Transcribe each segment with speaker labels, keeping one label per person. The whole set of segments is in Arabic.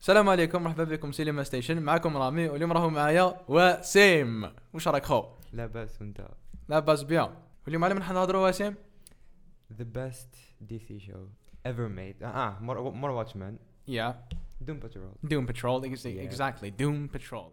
Speaker 1: السلام عليكم مرحبا بكم سينما ستيشن معكم رامي واليوم راهو معايا وسيم واش راك خو
Speaker 2: لاباس وانت
Speaker 1: لاباس بيان واليوم على من حنهضروا وسيم
Speaker 2: ذا بيست دي سي شو ايفر ميد اه مور مور واتشمان
Speaker 1: يا
Speaker 2: دوم باترول
Speaker 1: دوم باترول
Speaker 2: Yeah.
Speaker 1: اكزاكتلي دوم باترول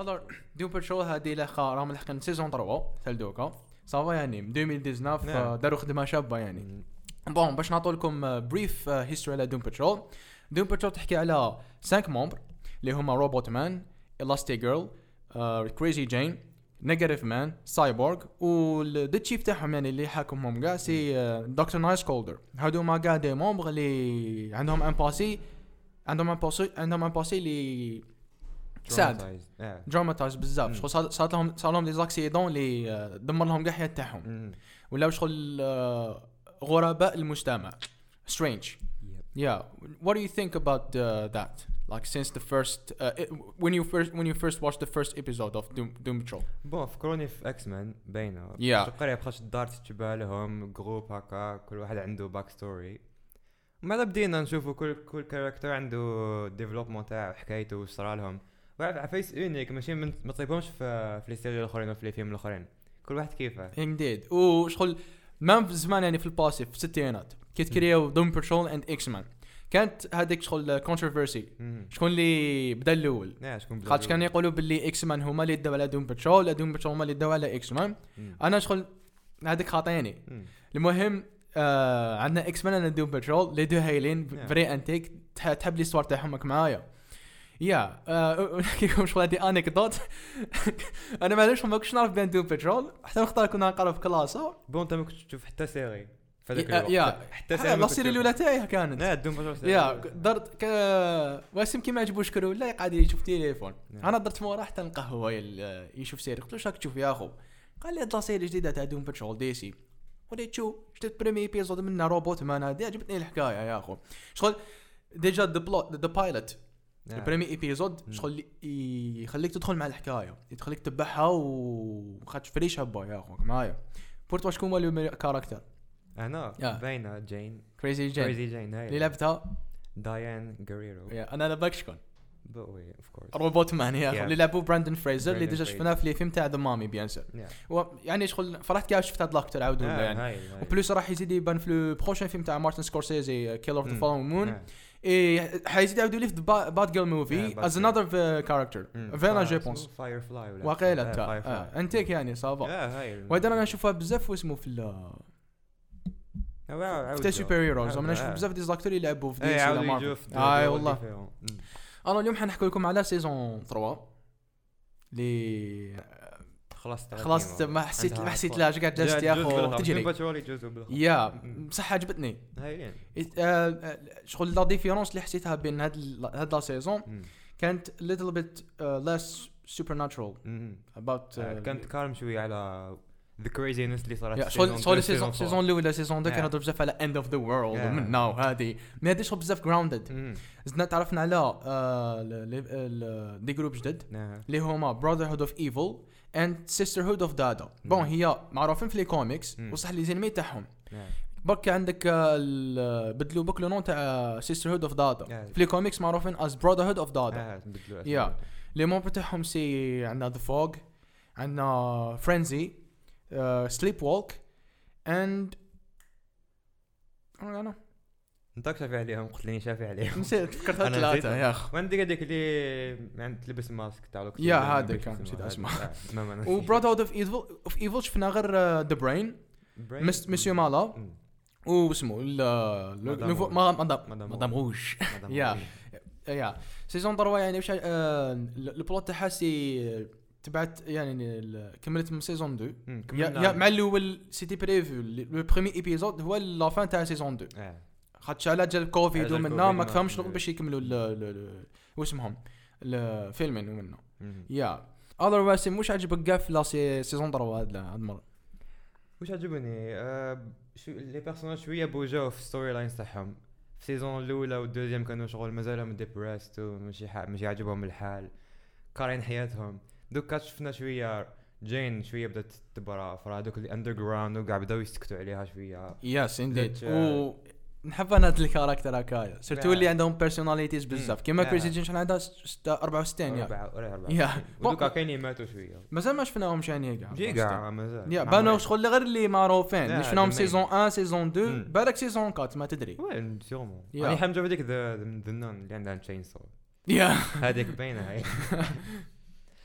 Speaker 1: الور دوم باترول هادي لاخا راهم لحقن سيزون 3 تاع دوكا صافا يعني من 2019 آه،
Speaker 2: Yeah.
Speaker 1: داروا خدمه شابه يعني بون باش نعطوا لكم بريف هيستوري على دوم باترول دوم باترول تحكي على 5 مومبر اللي هما روبوت مان الاستي جيرل كريزي جين نيجاتيف مان سايبورغ وذا تشيف تاعهم يعني اللي حاكمهم كاع سي دكتور نايس كولدر هادو هما كاع دي مومبر اللي عندهم ان باسي عندهم ان باسي عندهم ان باسي اللي ساد دراماتايز بزاف
Speaker 2: مم.
Speaker 1: شغل صار- صارت لهم صار لهم دي زاكسيدون اللي آه، دمر لهم كاع الحياه تاعهم ولا شغل آه، غرباء المجتمع strange yeah what do you think about uh, that like since the first uh, it, when you first when you first watched the first episode of Doom Doom Patrol
Speaker 2: بون فكروني في اكس مان باينه
Speaker 1: Yeah.
Speaker 2: قريب خش الدار تتبع لهم جروب هكا كل واحد عنده باك ستوري ومع ذا بدينا نشوفوا كل كل كاركتر عنده ديفلوبمون تاع حكايته وش صرا لهم واحد عفايس اونيك ماشي من ما تصيبهمش في في لي سيري الاخرين وفي لي فيلم الاخرين كل واحد كيفه
Speaker 1: indeed وشغل ما في زمان يعني في الباسي في الستينات كي تكريو دوم باترول اند اكس مان كانت هذيك شغل آه، كونتروفيرسي
Speaker 2: مم.
Speaker 1: شكون اللي بدا الاول
Speaker 2: نعم شكون بدا
Speaker 1: خاطر كانوا
Speaker 2: الأول؟
Speaker 1: يقولوا باللي اكس مان هما اللي داو على دوم باترول دوم باترول هما اللي داو على اكس مان
Speaker 2: مم.
Speaker 1: انا شغل هذيك خاطيني
Speaker 2: مم.
Speaker 1: المهم آه عندنا اكس مان دوم باترول لي دو هايلين
Speaker 2: Yeah.
Speaker 1: فري انتيك تح- تحب لي الصور تاعهم هك معايا يا آه، كيفهم شغل هذه انكدوت انا معليش ما كنتش نعرف بين دوم باترول حتى نختار كنا نقرا في كلاسه
Speaker 2: بون انت ما كنتش تشوف حتى سيري في هذاك
Speaker 1: يا- إيه، آه، يا
Speaker 2: الوقت حتى سيري ما
Speaker 1: لا
Speaker 2: كنت
Speaker 1: سيري
Speaker 2: تشوف.
Speaker 1: الاولى تاعي كانت
Speaker 2: لا دوم باترول
Speaker 1: يا درت ك- واسم كي ما عجبوش كرو لا قاعد يشوف تليفون
Speaker 2: نعم.
Speaker 1: انا درت مورا حتى نلقى هو يل- يشوف سيري قلت له واش راك تشوف يا اخو قال لي هاد لا سيري جديده تاع دوم باترول دي سي وليت تشوف شفت بريمي بيزود منها روبوت مان هادي عجبتني الحكايه يا اخو شغل ديجا ذا بلوت ذا بايلوت البريمي ايبيزود
Speaker 2: نعم. مم.
Speaker 1: شغل ي- يخليك تدخل مع الحكايه يخليك تتبعها و خاطش فريش هبا يا اخو معايا بورتوا شكون هو الكاركتر
Speaker 2: انا
Speaker 1: يا.
Speaker 2: باينه جين
Speaker 1: كريزي جين
Speaker 2: كريزي جين
Speaker 1: اللي
Speaker 2: هاي
Speaker 1: لعبتها
Speaker 2: دايان جريرو
Speaker 1: يا، انا لاباك شكون
Speaker 2: بو وي اوف كورس
Speaker 1: روبوت مان يا اخو
Speaker 2: Yeah.
Speaker 1: اللي لعبوه براندون فريزر اللي
Speaker 2: Brandon
Speaker 1: ديجا
Speaker 2: Fraser.
Speaker 1: شفناه في الفيلم تاع ذا مامي بيان سور و يعني شغل فرحت كي شفت هاد لاكتور عاودوا
Speaker 2: آه،
Speaker 1: ولا يعني وبلوس راح يزيد يبان في البروشين فيلم تاع مارتن سكورسيزي آه، كيلر اوف ذا
Speaker 2: مم. آه.
Speaker 1: فولوينغ مون حيزيد يعاودوا لي في باد جيرل موفي
Speaker 2: Yeah, آه، Bad
Speaker 1: از
Speaker 2: Girl.
Speaker 1: انذر كاركتر فينا جو بونس
Speaker 2: فاير فلاي ولا
Speaker 1: واقيلا
Speaker 2: آه،
Speaker 1: تاع
Speaker 2: Mm. Firefly.
Speaker 1: آه، انتيك يعني صافا
Speaker 2: آه، هاي.
Speaker 1: وهذا رانا نشوفها بزاف واسمه في ال
Speaker 2: آه، عاودوا.
Speaker 1: في تاع سوبر هيروز
Speaker 2: عاودوا،
Speaker 1: رانا نشوف
Speaker 2: آه.
Speaker 1: بزاف دي زاكتور يلعبوا في
Speaker 2: إيه،
Speaker 1: دي سي ولا
Speaker 2: عاودوا يجوا
Speaker 1: مارفل
Speaker 2: في
Speaker 1: اي
Speaker 2: دور
Speaker 1: آه، والله
Speaker 2: different. مم.
Speaker 1: انا اليوم حنحكي لكم على سيزون 3 اللي
Speaker 2: خلاص ترى
Speaker 1: خلاص
Speaker 2: كيما.
Speaker 1: ما حسيت
Speaker 2: عندها
Speaker 1: ما حسيت
Speaker 2: أطفال.
Speaker 1: لها قاعد جلست يا
Speaker 2: جوز
Speaker 1: اخو
Speaker 2: بالخمس.
Speaker 1: تجري
Speaker 2: دوم باترول يجوزوا بالخمس.
Speaker 1: يا
Speaker 2: مم.
Speaker 1: بصح عجبتني
Speaker 2: هايلين
Speaker 1: إت- آه، آه، شغل لا ديفيرونس اللي حسيتها بين هاد ال- هاد لا سيزون
Speaker 2: مم.
Speaker 1: كانت little bit uh, less supernatural
Speaker 2: مم.
Speaker 1: about
Speaker 2: آه،
Speaker 1: uh,
Speaker 2: كانت كالم شويه على ذا كريزينس اللي صارت
Speaker 1: يا
Speaker 2: في
Speaker 1: شغل شغل
Speaker 2: two،
Speaker 1: السيزون
Speaker 2: season four.
Speaker 1: السيزون الاولى السيزون ده
Speaker 2: Yeah.
Speaker 1: كانت بزاف على end of the world
Speaker 2: Yeah.
Speaker 1: ومنا وهذه ما هذه شغل بزاف grounded
Speaker 2: مم.
Speaker 1: زدنا تعرفنا على آه، ال- ال- ال- دي جروب جدد
Speaker 2: نعم.
Speaker 1: اللي هما brotherhood of evil and sisterhood of dada بون
Speaker 2: مم.
Speaker 1: هي معروفين في لي كوميكس
Speaker 2: مم.
Speaker 1: وصح لي زينمي تاعهم
Speaker 2: نعم.
Speaker 1: برك عندك آه، ال- بدلوا بك لو نون تاع آه، سيستر هود اوف دادا
Speaker 2: Yeah.
Speaker 1: في الكوميكس معروفين از براذر هود اوف دادا
Speaker 2: آه، نعم. بدلوا
Speaker 1: يا.
Speaker 2: أسماء.
Speaker 1: لي مون تاعهم سي عندنا ذا فوج عندنا آه، فرينزي سليب ووك اند انا
Speaker 2: انت شافي عليهم قلت لي شافي عليهم
Speaker 1: نسيت فكرت هاد
Speaker 2: أنا
Speaker 1: ثلاثة
Speaker 2: نسيت.
Speaker 1: يا اخ
Speaker 2: وعندك هذيك اللي عند تلبس ماسك تاع الأكسجين.
Speaker 1: يا
Speaker 2: ما
Speaker 1: هذا
Speaker 2: نبيش
Speaker 1: كان،
Speaker 2: اسمه.
Speaker 1: نسيت
Speaker 2: هذا.
Speaker 1: اسمه.
Speaker 2: آه، تمام، أنا نسيت.
Speaker 1: وبراذر هود اوف ايفل اوف ايفل شفنا غير آه، ذا برين
Speaker 2: براين.
Speaker 1: مسيو مالا
Speaker 2: مم.
Speaker 1: واسمه ال- آه،
Speaker 2: مدام
Speaker 1: نوفو-
Speaker 2: روج.
Speaker 1: ما- مدام
Speaker 2: مدام
Speaker 1: مدام روج
Speaker 2: مدام
Speaker 1: يا.
Speaker 2: روج.
Speaker 1: آه، يا سيزون 3 يعني واش آه، البلوت تاعها سي تبعت يعني ال- كملت من سيزون 2
Speaker 2: مم،
Speaker 1: يا
Speaker 2: كملنا.
Speaker 1: يا مع الاول سيتي بريفيو لو برومي ايبيزود هو لا فان تاع سيزون 2
Speaker 2: آه،
Speaker 1: خاطش على جا الكوفيد
Speaker 2: على جا
Speaker 1: ومنا
Speaker 2: الكوفيد
Speaker 1: ما
Speaker 2: ما-
Speaker 1: فهمش شغل باش يكملوا ال- ال- ال- واسمهم الفيلمين ومنا
Speaker 2: مم.
Speaker 1: يا اذر واسم واش عجبك كاع في لا سي- سيزون 3 هاد هاد المره
Speaker 2: وش عجبني آه شو لي بيرسوناج شويه بوجاو في الستوري لاينز تاعهم في السيزون الاولى والدوزيام كانوا شغل مازالهم ديبريست وماشي ح- مش عاجبهم الحال قارين حياتهم دوكا شفنا شويه جين شويه بدات تبرا فرا هذوك الاندر جراوند وكاع بداو يسكتوا عليها شويه
Speaker 1: يس انديد
Speaker 2: Which, uh,
Speaker 1: و نحب انا هذا الكاركتر هكايا سيرتو
Speaker 2: Yeah.
Speaker 1: اللي عندهم بيرسوناليتيز بزاف
Speaker 2: Mm.
Speaker 1: كيما
Speaker 2: Yeah.
Speaker 1: كريسي جين شحال عندها ست- ست- 64 ياك
Speaker 2: أربعة- ولا أربعة.
Speaker 1: يا
Speaker 2: ودوكا كاينين ماتوا شويه
Speaker 1: مازال ما شفناهمش يعني كاع
Speaker 2: جي كاع مازال
Speaker 1: يا
Speaker 2: مع
Speaker 1: بانو
Speaker 2: واحد.
Speaker 1: شغل غير اللي معروفين اللي
Speaker 2: Yeah,
Speaker 1: شفناهم
Speaker 2: the main.
Speaker 1: سيزون 1 سيزون 2
Speaker 2: Mm.
Speaker 1: بالك سيزون 4 ما تدري
Speaker 2: وين سيغمون
Speaker 1: Yeah.
Speaker 2: يعني حمجه هذيك ذا النون اللي عندها تشين سول
Speaker 1: يا
Speaker 2: هذيك باينه هاي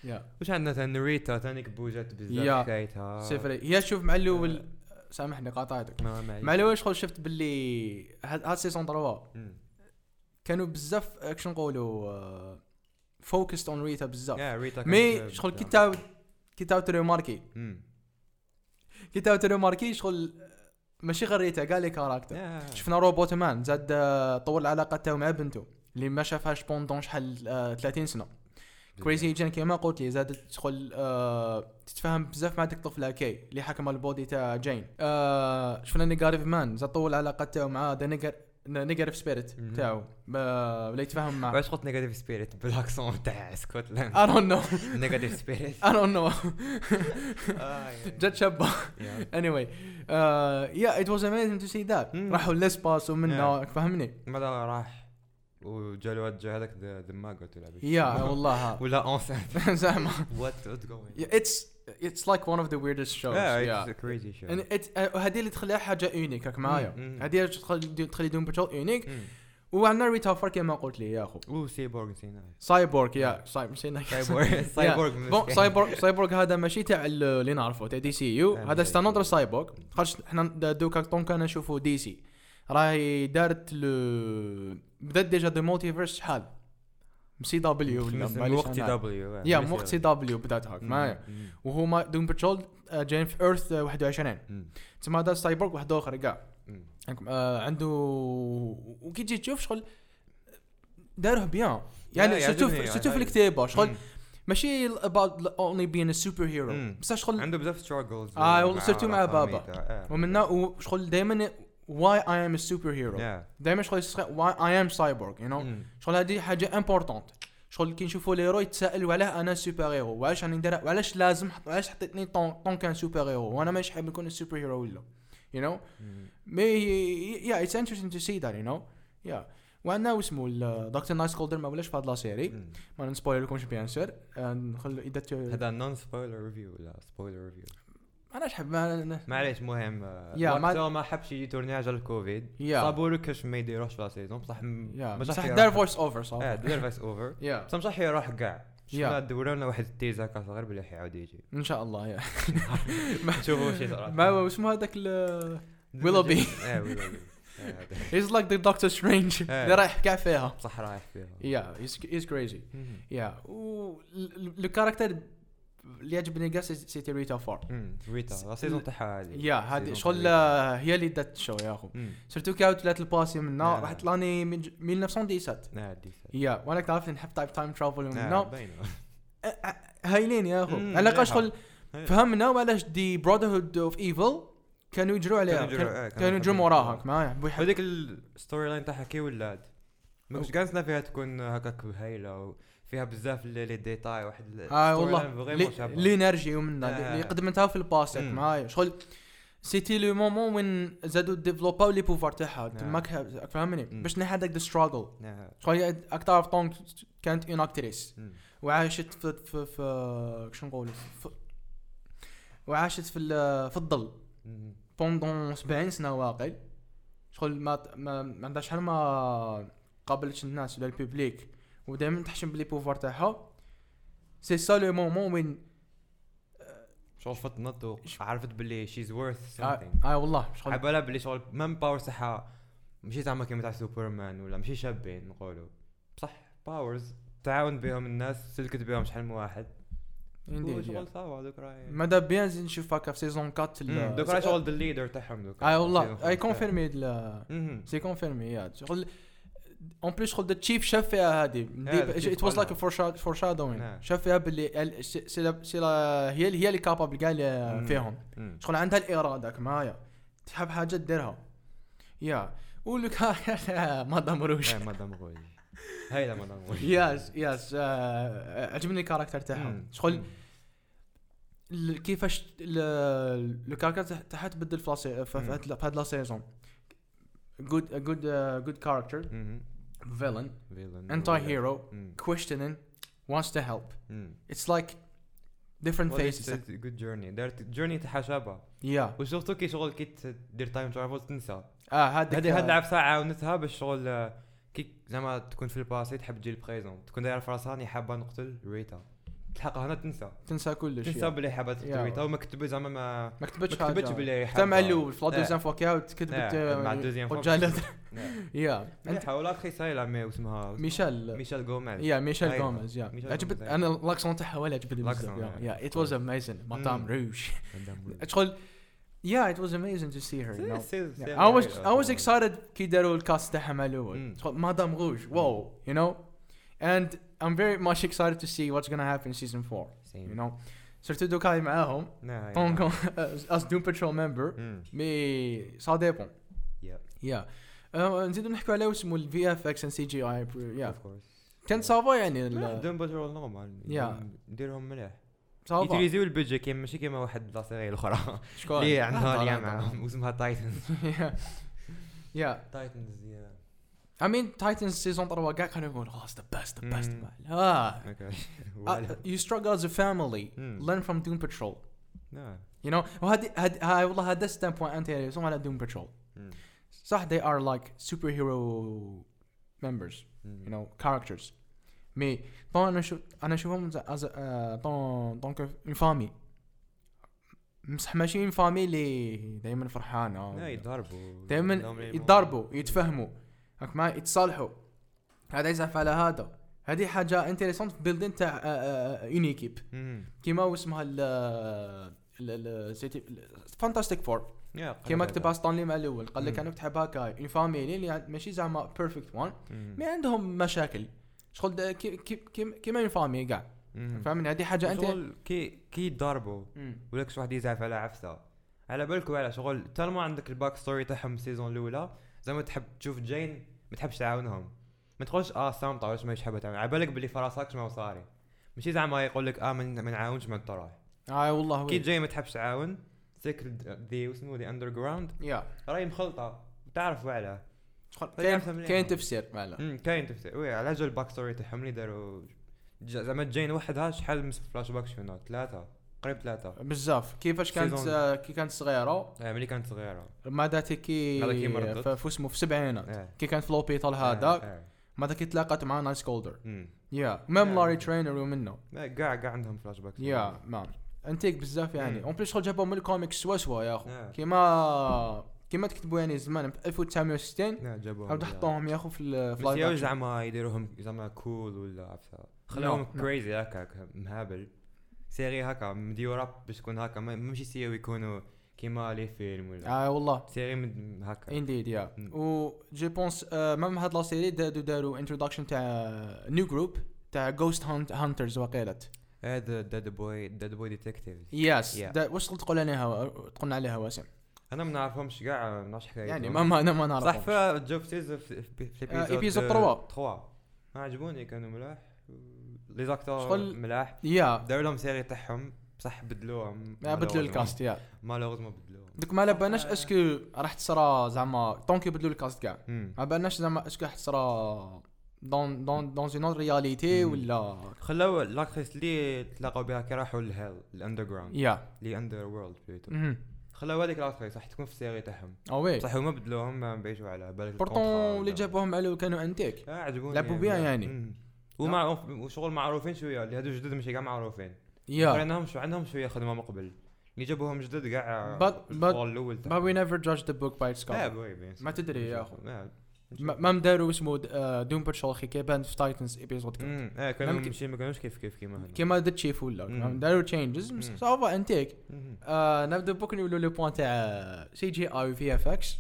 Speaker 1: يا
Speaker 2: واش عندنا ثاني ريتا ثانيك بوجات
Speaker 1: يا.
Speaker 2: بزاف حكايتها
Speaker 1: سيفري هي شوف مع الاول سامحني قاطعتك
Speaker 2: ما ما عليك.
Speaker 1: مع الاول شغل شفت باللي هاد هاد سيزون 3
Speaker 2: مم.
Speaker 1: كانوا بزاف آه، شنو نقولوا آه، فوكست اون ريتا بزاف
Speaker 2: يا ريتا
Speaker 1: مي
Speaker 2: كانت-
Speaker 1: شغل كي تاو كي تاو تريماركي
Speaker 2: مم.
Speaker 1: كي تاو تريماركي شغل آه، ماشي غير ريتا كاع لي كاركتر
Speaker 2: يا.
Speaker 1: شفنا روبوت مان زاد آه، طول العلاقه تاعو مع بنته اللي ما شافهاش بوندون شحال آه، 30 سنه كريزي جان كيما قلت لي زادت تدخل آه تتفاهم بزاف مع ديك الطفله كي اللي حكم البودي تاع جين آه شفنا نيجاريف مان زاد طول العلاقه تاعو مع ذا نيجر نيجاريف سبيريت
Speaker 2: مهم.
Speaker 1: تاعو آه، بلا يتفاهم معاه
Speaker 2: واش قلت نيجاتيف سبيريت بالاكسون تاع سكوتلاند
Speaker 1: I don't know
Speaker 2: نيجاتيف سبيريت
Speaker 1: I don't know جات شابه anyway uh, yeah it was amazing to see that
Speaker 2: مم.
Speaker 1: راحوا لسباس ومنا فهمني
Speaker 2: ماذا راح وجا له وجه هذاك ذا ذا ماجو تلعب
Speaker 1: يا والله
Speaker 2: ولا اونسنت
Speaker 1: زعما
Speaker 2: وات وات جوينج
Speaker 1: Yeah, it's it's like one of the weirdest shows yeah. Mm,
Speaker 2: كريزي شو
Speaker 1: And it- uh, هذه اللي تخليها حاجه يونيك هاك معايا
Speaker 2: مم.
Speaker 1: هذه اللي تخلي تخلي دون باترول يونيك وعندنا ريتا فار كما قلت لي يا اخو
Speaker 2: و سيبورغ نسيناه
Speaker 1: سايبورغ يا سايب نسينا
Speaker 2: سايبورغ سايبورغ
Speaker 1: بون
Speaker 2: مسكين.
Speaker 1: سايبورغ سايبورغ هذا ماشي تاع ال- اللي نعرفه تاع دي سي يو
Speaker 2: آه،
Speaker 1: هذا
Speaker 2: ماشي.
Speaker 1: ستا نوتر سايبورغ خرج حنا دوكا طون كان نشوفوا دي سي راهي دارت لو بدات ديجا دو موتيفيرس شحال سي دبليو ولا
Speaker 2: من
Speaker 1: معليش
Speaker 2: وقت
Speaker 1: أنا-
Speaker 2: دبليو
Speaker 1: يا من وقت سي دبليو بدات هاك معايا وهما دون باترول آه، جايين في ايرث 21 تسمى هذا سايبورغ واحد اخر كاع عندكم- آه، عنده وكي تجي تشوف شغل داروه بيان يعني
Speaker 2: لا،
Speaker 1: سيرتو
Speaker 2: يعجبني،
Speaker 1: سيرتو في
Speaker 2: عجبني.
Speaker 1: الكتابه آه، شغل ماشي about only being a super
Speaker 2: مم.
Speaker 1: hero بصح شغل
Speaker 2: عنده بزاف ستراجلز
Speaker 1: آه، والله صرتو مع بابا.
Speaker 2: آه.
Speaker 1: ومنا وشغل دائما why I am a super hero دائما شغل يسخ- why I am cyborg you know شغل هذه حاجه امبورطونت شغل كي نشوفوا ليرو يتسائلوا علاه انا سوبر هيرو وعلاش راني ندير وعلاش لازم حط- علاش حطيتني طون طون كان سوبر هيرو وانا ماشي حاب نكون السوبر هيرو ولا you know مي يا اتس انترستينغ تو سي ذات يو نو يا وعندنا واسمو دكتور نايس كولدر ما ولاش في هاد لا سيري ما نسبويل لكمش بيان سور آه، نخلو اذا ت-
Speaker 2: هذا نون سبويلر ريفيو ولا سبويلر ريفيو
Speaker 1: انا شحب ما
Speaker 2: معليش مهم آه،
Speaker 1: يا، ما-
Speaker 2: وقتها ما حبش يجي تورني على الكوفيد
Speaker 1: يا
Speaker 2: صابوا له كاش ما يديروش في لا سيزون بصح م-
Speaker 1: يا
Speaker 2: ما
Speaker 1: بصح
Speaker 2: شرح
Speaker 1: دار
Speaker 2: يروح.
Speaker 1: فويس اوفر
Speaker 2: اه
Speaker 1: صافي
Speaker 2: دير فايس اوفر
Speaker 1: يا
Speaker 2: بصح ما شرح يروح كاع شفنا
Speaker 1: يا.
Speaker 2: دوروا لنا واحد التيزا هكا صغير بلي حيعاود يجي
Speaker 1: ان شاء الله يا
Speaker 2: شوفوا شي صرا
Speaker 1: ما واسمو هذاك ويلوبي.
Speaker 2: اه ويلوبي آه، هذا.
Speaker 1: هيز لايك ذا دكتور سترينج
Speaker 2: إيه.
Speaker 1: اللي رايح كاع فيها
Speaker 2: بصح رايح فيها
Speaker 1: يا هيز كريزي
Speaker 2: مم.
Speaker 1: يا و لو كاركتر اللي عجبني كاع سي- سيتي ريتا فور
Speaker 2: مم. ريتا لا سيزون تاعها هذه
Speaker 1: يا هذه
Speaker 2: سيزون
Speaker 1: شغل
Speaker 2: تاع ريتا.
Speaker 1: آه، هي اللي دات الشو يا اخو
Speaker 2: مم.
Speaker 1: سيرتو كي طلعت الباسي منا
Speaker 2: نعم.
Speaker 1: راح طلعني من ج- 1917
Speaker 2: اه ديسا
Speaker 1: يا وانا كنت عارف نحب تايب تايم ترافل
Speaker 2: آه،
Speaker 1: منا
Speaker 2: باينة.
Speaker 1: Eh, هايلين يا اخو
Speaker 2: مم،
Speaker 1: على الاقل
Speaker 2: مليحة.
Speaker 1: شغل
Speaker 2: إيه.
Speaker 1: فهمنا وعلاش دي براذر هود اوف ايفل كانوا يجروا عليها
Speaker 2: كانوا يجروا-
Speaker 1: كان-
Speaker 2: آه، كانوا
Speaker 1: كانوا يجروا
Speaker 2: حابين-
Speaker 1: موراها هاك معايا بو يحب-
Speaker 2: هذيك الستوري لاين تاعها كي ولاد ما كنتش كانسنا فيها تكون هكاك هايله و- فيها بزاف لي لي ديتاي واحد ال-
Speaker 1: اه
Speaker 2: story
Speaker 1: والله
Speaker 2: line vraiment
Speaker 1: لي-
Speaker 2: شابة.
Speaker 1: لينرجي ومنا اللي-
Speaker 2: آه.
Speaker 1: اللي قدمتها في الباس هاك
Speaker 2: مم.
Speaker 1: معايا شغل سيتي لو مومون وين زادوا ديفلوباو لي بوفوار تاعها
Speaker 2: نعم.
Speaker 1: تماك فهمني
Speaker 2: مم.
Speaker 1: باش نحي هذاك ستراجل
Speaker 2: آه،
Speaker 1: شغل اكتر طونك كانت اون اكتريس
Speaker 2: مم.
Speaker 1: وعاشت في في في شنو نقولوا في- وعاشت في ال- في الظل
Speaker 2: مم.
Speaker 1: بوندون 70 سنه واقل شغل ما ما ما عندها شحال ما قابلتش الناس ولا البوبليك ودائما تحشم بلي بوفوار تاعها سي سا لو مومون وين
Speaker 2: شغل فت نط عرفت باللي شيز ورث
Speaker 1: آه,
Speaker 2: سمثينغ
Speaker 1: اه والله شغل
Speaker 2: عبالها باللي شغل مام باور تاعها ماشي زعما كيما تاع سوبرمان ولا ماشي شابين نقولوا بصح باورز تعاون بهم الناس سلكت بهم شحال من واحد
Speaker 1: عندي
Speaker 2: وشغل صافا دوك راهي
Speaker 1: ماذا بيان زين نشوف هكا في سيزون 4
Speaker 2: مم،
Speaker 1: ال-
Speaker 2: دوك راهي
Speaker 1: آه، Ah,
Speaker 2: شغل الليدر تاعهم دوك
Speaker 1: اه والله اي كونفيرمي ال-
Speaker 2: مهم.
Speaker 1: سي كونفيرمي يا شغل اون بليس شغل ذا تشيف شاف فيها هذه
Speaker 2: the chief
Speaker 1: ات واز لايك
Speaker 2: قالها.
Speaker 1: فور شادوينج
Speaker 2: نعم.
Speaker 1: شاف فيها باللي ال- س- سلا- سلا- هي هي اللي كابابل قال
Speaker 2: مم.
Speaker 1: فيهم
Speaker 2: مم.
Speaker 1: شغل عندها الاراده معايا تحب حاجه ديرها يا ولك ما دمروش
Speaker 2: هاي مدام غوي هاي لا مدام غوي
Speaker 1: يس يس آه، عجبني الكاركتر تاعها
Speaker 2: مم.
Speaker 1: شغل ال- كيفاش ت- ال- الكاركتر تاع- تاعها تبدل في لاسي- في- في
Speaker 2: مم.
Speaker 1: هاد- في هاد لا سيزون جود جود جود كاركتر
Speaker 2: مم.
Speaker 1: فيلن
Speaker 2: فيلن.
Speaker 1: انتي هيرو
Speaker 2: مم.
Speaker 1: questioning, wants to help.
Speaker 2: مم.
Speaker 1: It's like different
Speaker 2: Well, it's
Speaker 1: phases.
Speaker 2: a good journey دارت جورني تاعها شابه
Speaker 1: Yeah.
Speaker 2: وسورتو كي شغل كي تدير تايم ترافل تنسى
Speaker 1: اه هذا
Speaker 2: هذه هاد العفسه عاونتها باش شغل آه، كي زعما تكون في الباسي تحب تجي البريزون تكون دايره في راسها راني حابه نقتل ريتا تلحقها هنا تنسى
Speaker 1: تنسى كلش
Speaker 2: تنسى
Speaker 1: yeah.
Speaker 2: بلي حابه تقتل
Speaker 1: Yeah.
Speaker 2: ريتا وما كتب زعما ما
Speaker 1: ما كتبتش
Speaker 2: ما كتبتش
Speaker 1: حاجة.
Speaker 2: بلي
Speaker 1: حتى مع
Speaker 2: حابة.
Speaker 1: الاول في لا
Speaker 2: لا.
Speaker 1: دوزيام فوا كاوت كتبت
Speaker 2: لا، مع الدوزيام
Speaker 1: يعني
Speaker 2: فوا
Speaker 1: يا
Speaker 2: مليحه ولا خيس هاي لامي واسمها
Speaker 1: ميشيل
Speaker 2: ميشيل جوميز
Speaker 1: يا ميشيل
Speaker 2: أيوة.
Speaker 1: جوميز يا
Speaker 2: ميشيل
Speaker 1: عجبت
Speaker 2: جوميز،
Speaker 1: انا لاكسون تاعها ولا عجبتني
Speaker 2: لاكسون، Mm.
Speaker 1: بزاف يا ات واز اميزين ما
Speaker 2: مم.
Speaker 1: تعمروش شغل يا ات واز اميزين تو سي هير Yeah, I was I was excited كي داروا الكاست تاعهم على الاول
Speaker 2: مم.
Speaker 1: تقول مدام غوج واو you know and I'm very much excited to see what's gonna happen in season 4
Speaker 2: Mm.
Speaker 1: you know صرت دوكاي معاهم Hong Kong as Doom Patrol member
Speaker 2: Mm,
Speaker 1: مي سا ديبون يا نزيدو نحكوا على اسمه الفي اف اكس ان سي جي اي يا كان صافا يعني ال-
Speaker 2: دون باترول نورمال
Speaker 1: Yeah.
Speaker 2: نديرهم مليح
Speaker 1: صافا
Speaker 2: يوتيليزيو البيدجي كي ماشي كيما واحد لا سيري الاخرى
Speaker 1: شكون
Speaker 2: اللي عندها
Speaker 1: هضر
Speaker 2: ليا
Speaker 1: هضر.
Speaker 2: معاهم واسمها تايتنز
Speaker 1: يا. يا
Speaker 2: تايتنز
Speaker 1: I mean Titans season 3 كاع كانوا يقولوا خلاص Oh, the best the best
Speaker 2: مم.
Speaker 1: اه Uh,
Speaker 2: اوكي
Speaker 1: you struggle as a family.
Speaker 2: Mm.
Speaker 1: Learn from Doom Patrol. You know, وهذه هاد هاي والله هذا ستام بوينت انت يسمون على Doom Patrol.
Speaker 2: Mm,
Speaker 1: صح they are like superhero members, you know, characters. مي طبعا انا شو انا اشوفهم ز- as a- uh, آه، طون طون كيف- une famille. بصح ماشي une famille اللي دائما فرحانه
Speaker 2: لا يضربوا
Speaker 1: دائما um, يتضاربوا يتفهموا هاك ما يتصالحوا هذا يزعف على هذا هذه حاجه انتريسونت في بيلدين تاع آه، اون ايكيب
Speaker 2: Mm,
Speaker 1: كيما واسمها ال آه، ال فانتاستيك فور كيما كتبها ستانلي مع الاول قال لك
Speaker 2: مم.
Speaker 1: انا كتحب هكا اون فاميلي اللي عند- يعني ماشي زعما بيرفكت وان مي عندهم مشاكل شغل دا- كي- كي- كيما- كيما اون فامي كاع فاهمني هذه حاجه انت
Speaker 2: شغل كي كي يتضاربوا
Speaker 1: مم.
Speaker 2: ولك شي واحد يزعف على عفسه على بالك وعلى شغل تالما عندك الباك ستوري تاعهم السيزون الاولى زعما تحب تشوف جين ما تحبش تعاونهم ما تقولش اه سامطه واش ماهيش حابه تعاون على بالك باللي في راسك شنو صاري ماشي زعما يقول لك اه ما ن- ما نعاونش مع الطراح
Speaker 1: اه والله
Speaker 2: كي
Speaker 1: وي.
Speaker 2: جاي ما تحبش تعاون سيك ذي واسمو ذي اندر جراوند
Speaker 1: يا
Speaker 2: راهي مخلطه تعرف وعلاه
Speaker 1: شغل
Speaker 2: هي
Speaker 1: كاين-
Speaker 2: عارفة مليح.
Speaker 1: كاين تفسير معنا
Speaker 2: امم كاين تفسير وي على جو الباك ستوري تاعهم اللي داروا ج- زعما جاين وحدها شحال من فلاش باك شفنا ثلاثه قريب ثلاثه
Speaker 1: بزاف كيفاش كانت
Speaker 2: سيزون.
Speaker 1: آه، كي كانت صغيره
Speaker 2: آه، ملي كانت صغيره
Speaker 1: ماذا كي
Speaker 2: ماذا كي مرضت.
Speaker 1: ف- في اسمه في السبعينات
Speaker 2: آه.
Speaker 1: كي كانت في لوبيتال
Speaker 2: آه،
Speaker 1: هذاك
Speaker 2: آه.
Speaker 1: ماذا كي تلاقت مع نايس كولدر
Speaker 2: امم
Speaker 1: يا ميم
Speaker 2: Yeah.
Speaker 1: لاري ترينر ومنه
Speaker 2: ما كاع كاع إيه، عندهم فلاش باك
Speaker 1: يا مان انتيك بزاف يعني
Speaker 2: Mm.
Speaker 1: اون بليس شغل جابهم من الكوميكس سوا سوا يا اخو
Speaker 2: Yeah.
Speaker 1: كيما كيما تكتبوا يعني زمان في 1960
Speaker 2: إيه، جابوهم
Speaker 1: عاود حطوهم يا اخو في ال- في live
Speaker 2: ماشي
Speaker 1: action.
Speaker 2: زعما يديروهم زعما كول ولا عفسه خلاهم
Speaker 1: No, no.
Speaker 2: كريزي هكا هكا مهابل سيري هكا مديوره باش تكون هكا ما- ماشي سيري يكونوا كيما لي فيلم ولا
Speaker 1: اه والله
Speaker 2: سيري مد- هكا
Speaker 1: انديد يا
Speaker 2: Mm.
Speaker 1: و جي بونس آه، مام هاد لا سيري دادو داروا انتروداكشن تاع نيو جروب تاع جوست هانترز وقيلت
Speaker 2: هذا ديد بوي ديد بوي ديتكتيف
Speaker 1: يس
Speaker 2: Yeah.
Speaker 1: واش تقول عليها تقولنا عليها واسم
Speaker 2: انا ما نعرفهمش كاع ما نعرفش حكايتهم
Speaker 1: يعني ما ما انا ما نعرف
Speaker 2: صح في جو سيز في في- في
Speaker 1: آه،
Speaker 2: ايبيزود
Speaker 1: episode تروا.
Speaker 2: 3 ما عجبوني كانوا ملاح لي زاكتور
Speaker 1: شغل-
Speaker 2: ملاح
Speaker 1: يا
Speaker 2: داروا لهم سيري تاعهم بصح بدلوهم
Speaker 1: ما بدلوا الكاست يا
Speaker 2: مالوغوزمون بدلوهم
Speaker 1: دوك ما على بالناش اسكو راح تصرى زعما طونك يبدلوا الكاست كاع
Speaker 2: مم.
Speaker 1: ما بالناش زعما اسكو راح تصرى دون دون دون اون رياليتي
Speaker 2: مم.
Speaker 1: ولا
Speaker 2: خلاو لاكريس اللي تلاقوا بها كي راحوا للهيل الاندر جراوند
Speaker 1: يا
Speaker 2: لي اندر وورلد بليتو
Speaker 1: مهم.
Speaker 2: خلاو هذيك لاكريس راح تكون في السيري تاعهم
Speaker 1: اه وي
Speaker 2: صح euh, هما بدلوهم ما بعيشوا على بالك الكونترا
Speaker 1: بورتون
Speaker 2: ولا-
Speaker 1: اللي جابوهم على كانوا انتيك
Speaker 2: آه، عجبوني
Speaker 1: لعبوا بيها يعني.
Speaker 2: مم. ومعروف وشغل معروفين شويه اللي هادو جدد ماشي كاع معروفين
Speaker 1: يا
Speaker 2: عندهم شو عندهم شويه خدمه من قبل اللي جابوهم جدد كاع
Speaker 1: But-
Speaker 2: الفضل
Speaker 1: but-
Speaker 2: الاول
Speaker 1: but we never judge the book by its
Speaker 2: لا
Speaker 1: cover
Speaker 2: بوي بيان سور.
Speaker 1: ما تدري يا أخو.
Speaker 2: لا.
Speaker 1: ما ما مداروا اسمه دوم باتشول خي كي بان في تايتنز ايبيزود
Speaker 2: مم. اه كانوا
Speaker 1: ممكن-
Speaker 2: مشي ما كانوش كيف كيف كيما هنا
Speaker 1: كيما ذا تشيف ولا
Speaker 2: مم.
Speaker 1: داروا تشينجز
Speaker 2: مم.
Speaker 1: صافا انتيك
Speaker 2: مم.
Speaker 1: آه نبدا بوك نقولوا لو بوان تاع سي جي اي في اف اكس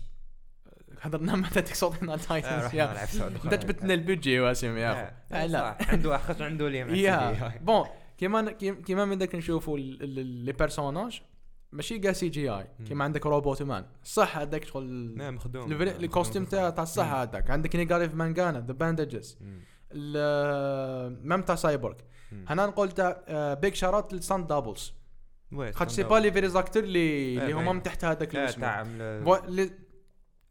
Speaker 1: هضرنا مع تاتيك صوت على
Speaker 2: آه،
Speaker 1: تايتنز
Speaker 2: رحنا
Speaker 1: يا
Speaker 2: نلعب سعودة.
Speaker 1: انت جبتنا البيدجي واسم يا اخو
Speaker 2: آه،
Speaker 1: آه، لا
Speaker 2: صح، عنده خاطر عنده لي مع آه.
Speaker 1: يا
Speaker 2: السيدي.
Speaker 1: بون كيما كيما- كيما من داك نشوفوا ال- ال- لي بيرسوناج ماشي كاع سي جي اي كيما عندك روبوت مان صح هذاك شغل
Speaker 2: نعم خدوم
Speaker 1: الفري- الكوستيم تاع تاع الصح هذاك عندك نيغاريف مانغانا ذا باندجز ميم تاع سايبورغ هنا نقول تاع آه، بيك شارات لسان دابلز خاطر سي با لي فيري زاكتور اللي
Speaker 2: آه،
Speaker 1: اللي هما
Speaker 2: باين.
Speaker 1: من تحت هذاك الاسم
Speaker 2: تاع عمل-
Speaker 1: بو- لي-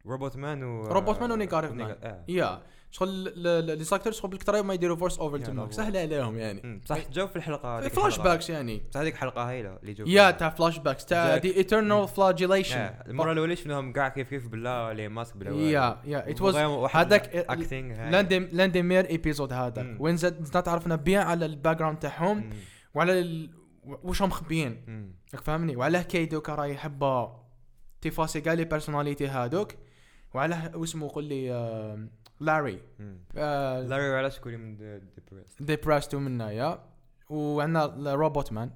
Speaker 2: روبوت مان و
Speaker 1: روبوت مان ونيكاريف مان.
Speaker 2: ونيكا- آه.
Speaker 1: يا شغل ال- ال- لي زاكتور شغل بالكثر ما يديروا فورس اوفر
Speaker 2: يا
Speaker 1: تماك
Speaker 2: لابد.
Speaker 1: سهله عليهم يعني
Speaker 2: مم، صح جاو في الحلقه هذيك
Speaker 1: فلاش
Speaker 2: الحلقة.
Speaker 1: باكس يعني
Speaker 2: بصح هذيك حلقه هايله اللي جو
Speaker 1: يا تاع فلاش باكس تاع
Speaker 2: جاك.
Speaker 1: دي ايترنال فلاجيليشن
Speaker 2: آه، المره الاولى شفناهم كاع كيف كيف بالله لي ماسك بلا والو.
Speaker 1: يا يا ات واز
Speaker 2: وغير واحد
Speaker 1: هذاك
Speaker 2: اكتينغ
Speaker 1: لاند لاند مير ايبيزود هذاك
Speaker 2: يعني. مم.
Speaker 1: وين زاد تعرفنا بيان على الباك جراوند تاعهم وعلى ال- واش هم مخبيين راك فاهمني وعلاه كايدوكا راه يحب تيفاسي كاع لي بيرسوناليتي هادوك وعلاه واسمه قول لي آه، لاري آه،
Speaker 2: لاري علاش كولي من ديبريست
Speaker 1: ديبراستو منا يا وعندنا روبوت مان